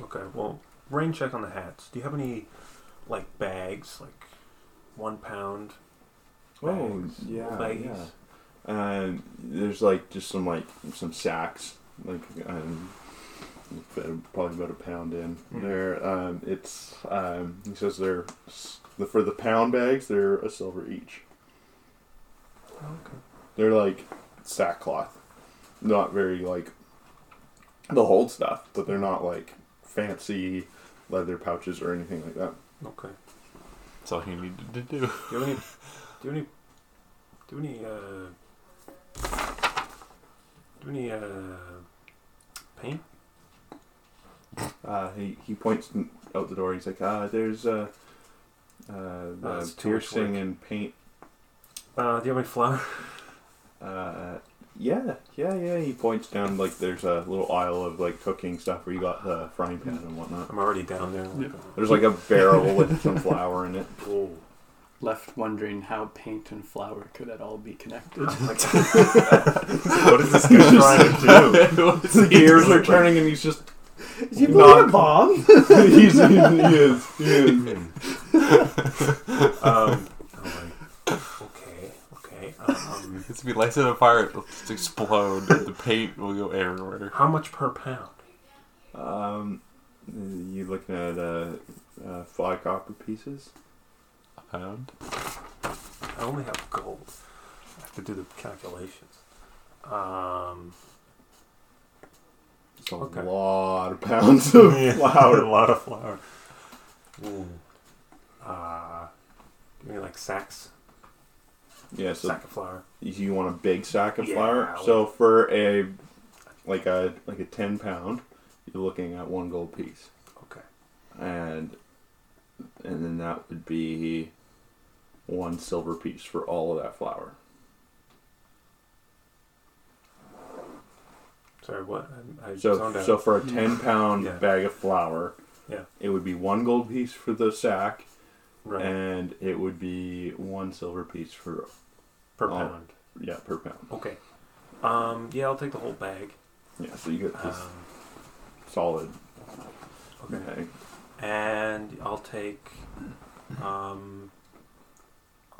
okay. Well, rain check on the hats. Do you have any like bags, like one pound? bags, baggies?
Um, there's like just some like some sacks, like um, about- probably about a pound in
Mm.
there. Um, it's um, he says they're s- the for the pound bags they're a silver each.
Okay.
They're like sackcloth, not very like the hold stuff, but they're not like fancy leather pouches or anything like that.
Okay.
That's all he needed to do.
Do you have any? Do you have any? Do you have any? Uh, do you have any? Uh, paint?
Uh, he he points n- out the door. He's like, ah, there's uh, uh,
that's
the
too much
piercing
work.
and paint
Uh, do you have any flour? [LAUGHS]
Uh, yeah, yeah, yeah. He points down like there's a little aisle of like cooking stuff where you got the frying pan and whatnot.
I'm already down there. uh,
Yeah.
There's like a [LAUGHS] barrel with some flour [LAUGHS] in it.
Whoa. [LAUGHS]
Left wondering how paint and flour could at all be connected.
[LAUGHS] what is this guy trying to do?
The gears are turning and he's just
[LAUGHS] Is he blowing a bomb?
[LAUGHS] he's, he's, he is. He is.
Hmm. [LAUGHS] Um, I'm like, okay, okay. Um,
It's gonna be lights on a fire. It'll just explode. and the paint will go everywhere.
how much per pound?
Um, you looking at uh, uh, fly copper pieces?
A pound.
I only have gold. I have to do the calculations.
[LAUGHS]
Um,
It's a
Okay.
lot of pounds [LAUGHS] of
Yeah,
flour.
a lot of flour. Ooh. Uh, give me like sacks.
Yeah, so
Sack of flour.
you want a big sack of
Yeah,
flour.
I
So for a like a like a ten pound, you're looking at one gold piece,
Okay.
and and then that would be one silver piece for all of that flour.
Sorry, what? I, I zoned
So
out.
so for
[LAUGHS]
a ten pound
Yeah.
bag of flour,
Yeah.
it would be one gold piece for the sack,
right.
and it would be one silver piece for
per
oh.
pound.
yeah per pound.
Okay. Um, yeah, I'll take the whole bag.
Yeah, so you get
Um,
this solid.
okay.
bag.
And I'll take. Um,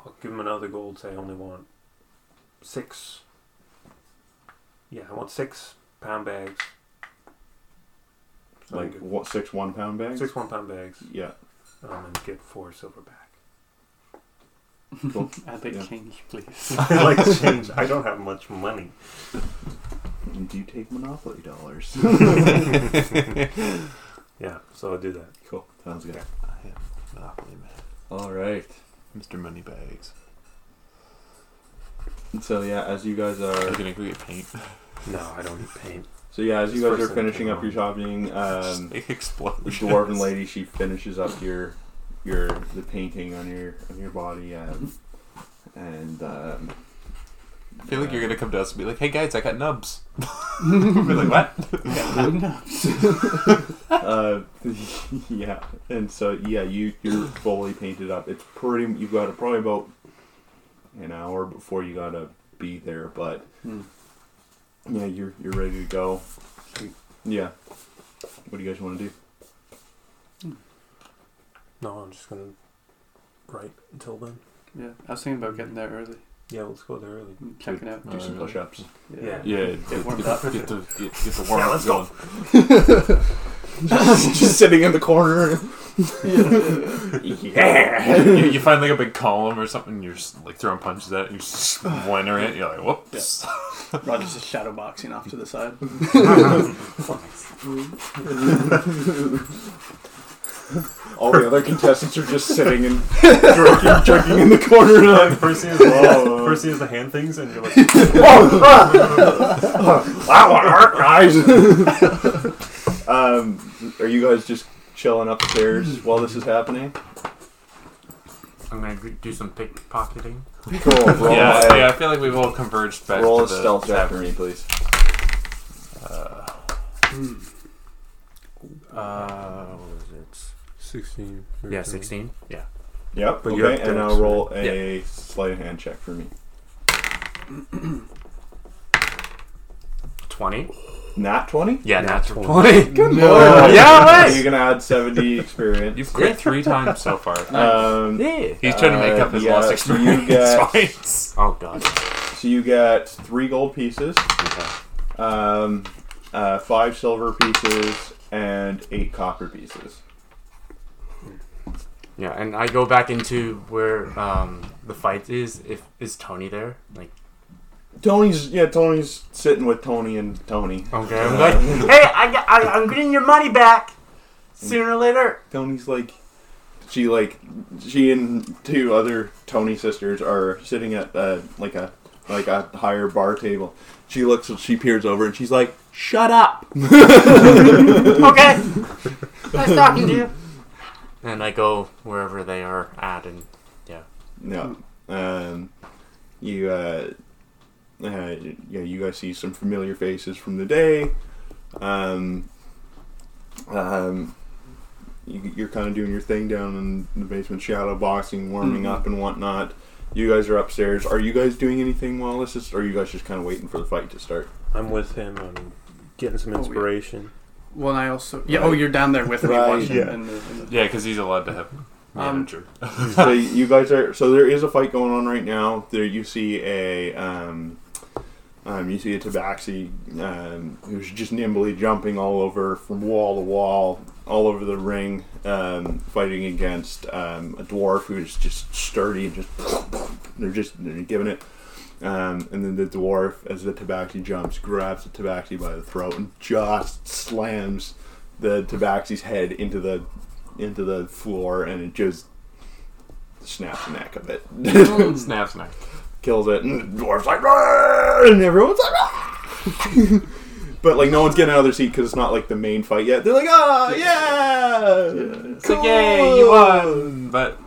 I'll give him another gold. Say I only want six. Yeah, I want six pound bags. So I
like
can
what, six one pound
get
bags.
six one pound bags.
Yeah.
Um, and get four silver back.
[LAUGHS]
[LAUGHS]
Cool.
Add the
Yeah.
change, please.
[LAUGHS]
I like to change. I don't have much money.
Do you take Monopoly
[LAUGHS]
dollars? [LAUGHS]
Yeah, so I'll do that.
cool. Sounds good.
I am Monopoly Man.
All right.
Mr. Moneybags.
So yeah, as you guys
Are
are,
you gonna go get paint?
No, I don't need paint.
so yeah, as you
This
guys are
person
finishing
came
up your shopping, um,
[LAUGHS] Just
the
explode.
dwarven lady she finishes up your your the painting on your on your body,
[LAUGHS]
um, and um,
I feel like you're gonna come to us and be like, "Hey guys, I got nubs." We'll be like, "What?"
[LAUGHS] uh, [LAUGHS] yeah, and so yeah, you you're fully painted up. It's pretty. You got it probably about an hour before you gotta be there, but
Hmm.
yeah, you're you're ready to go. Yeah. What do you guys want to do?
No, I'm just gonna write until then.
yeah, I was thinking about getting there early,
Yeah, let's go
[LAUGHS]
there early.
and checking out.
Do some
Uh,
push-ups.
Yeah.
Yeah,
Get
get,
warmed
get,
up.
get the get, get the warm up
let's
going.
[LAUGHS] Just sitting in the corner.
[LAUGHS]
you, you find like a big column or something. You're just, like throwing punches at it.
[SIGHS]
You're just winner it. You're like, "Whoops!" [LAUGHS]
Roger's just shadow boxing off to the side.
All the other contestants are just sitting and jerking, jerking in the corner. Like,
First thing is the,
[LAUGHS]
Whoa.
first thing is the hand things, and you're like,
that one hurt, guys. [LAUGHS] um, are you guys just chilling upstairs while this is happening?
I'm gonna g- do some pickpocketing.
Cool. [LAUGHS] Roll,
yeah,
a,
yeah. I feel like we've all converged back
roll
to
a
the
stealth check for
tavern.
me, please.
Uh,
what is it?
Sixteen.
yeah, sixteen. Yeah.
Yep.
But you're
okay, and
upstairs,
now roll a sleight of hand check for me.
20?
Nat twenty.
Yeah,
natural
natural
[LAUGHS]
20.
Good
Oh,
lord.
Yeah,
You're gonna add seventy experience.
You've crit three times
[LAUGHS]
so far.
Um,
Yeah.
He's trying to make
Uh,
up his
yeah,
lost
so
experience. [LAUGHS]
you get-
points.
Oh, God.
So you get three gold pieces,
Okay.
um, uh, five silver pieces, and eight copper pieces.
Yeah, and I go back into where um, the fight is. If Is Tony there? Like,
Tony's yeah, Tony's sitting with Tony and Tony.
okay. I'm like, hey, I, got- I, I'm getting your money back sooner or later.
Tony's like, she like, she and two other Tony sisters are sitting at uh, like a like a higher bar table. She looks, she peers over, and she's like, "Shut up!"
Okay. nice talking to you. And I go wherever they are at and
No. Um, you, uh, uh, yeah, you guys see some familiar faces from the day. Um, um, you, you're kind of doing your thing down in the basement, shadow boxing, warming up, and whatnot. You guys are upstairs. Are you guys doing anything while this is, or are you guys just kind of waiting for the fight to start?
I'm with him. I'm getting some
Oh, yeah.
inspiration.
Well, I also yeah. Oh, you're down there with me
Right.
watching.
Yeah.
In the, in the,
Yeah, because he's allowed to have a
Um,
manager.
[LAUGHS] so you guys are so there is a fight going on right now. There you see a um, um, you see a tabaxi um, who's just nimbly jumping all over from wall to wall, all over the ring, um, fighting against um, a dwarf who's just sturdy and just they're just [LAUGHS] they're giving it. Um, and then the dwarf, as the tabaxi jumps, grabs the tabaxi by the throat and just slams the tabaxi's head into the into the floor, and it just snaps the neck of it, [LAUGHS]
Snap, snap.
kills it, and the dwarf's like, "Argh!" and everyone's like, "Argh!" [LAUGHS] but like no one's getting out of their seat because it's not like the main fight yet. They're like, ah, yeah, cool.
It's like, yay, you won! But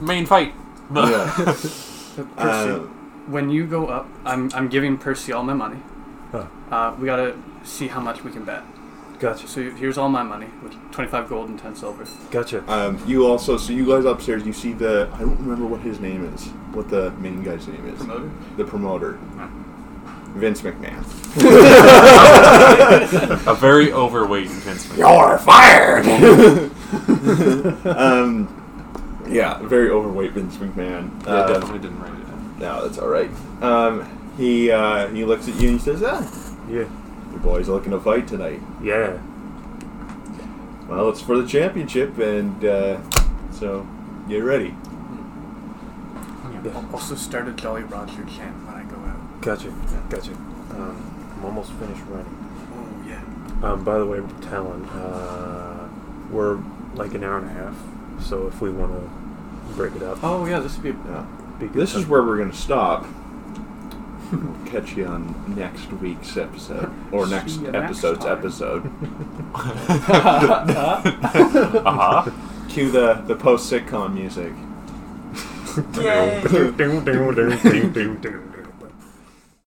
main fight.
[LAUGHS] Yeah.
Percy,
Uh,
when you go up, I'm I'm giving Percy all my money.
Huh.
Uh, we gotta see how much we can bet.
Gotcha.
So here's all my money with 25 gold and 10 silver.
Gotcha.
um, you also, so you guys upstairs, you see the, I don't remember what his name is, what the main guy's name is,
Promoter.
the promoter, Vince
[LAUGHS]
McMahon. [LAUGHS]
A very overweight Vince McMahon.
You're
[LAUGHS]
fired. um, yeah, very overweight Vince McMahon.
Yeah,
Uh,
definitely didn't write it down.
No, that's all right. Um, he uh, he looks at you and he says, "Ah,
Yeah.
your boy's looking to fight tonight.
Yeah.
Well, it's for the championship, and uh, so get ready."
I'll also start a Jolly Roger chant when I go out.
Gotcha. Gotcha. Um, I'm almost finished running.
Oh yeah.
Um, by the way, Talon, uh, we're like an hour and a half, so if we want to break it up,
Oh yeah. This would be.
Yeah.
be good
This is
to- [LAUGHS]
where we're gonna
[LAUGHS]
stop. we'll catch you on next week's episode or
See
next
ya next
episode's
time.
episode.
[LAUGHS]
[LAUGHS]
Uh huh.
Uh-huh. Cue the the post sitcom music.
Ding, ding, ding, ding, ding, ding.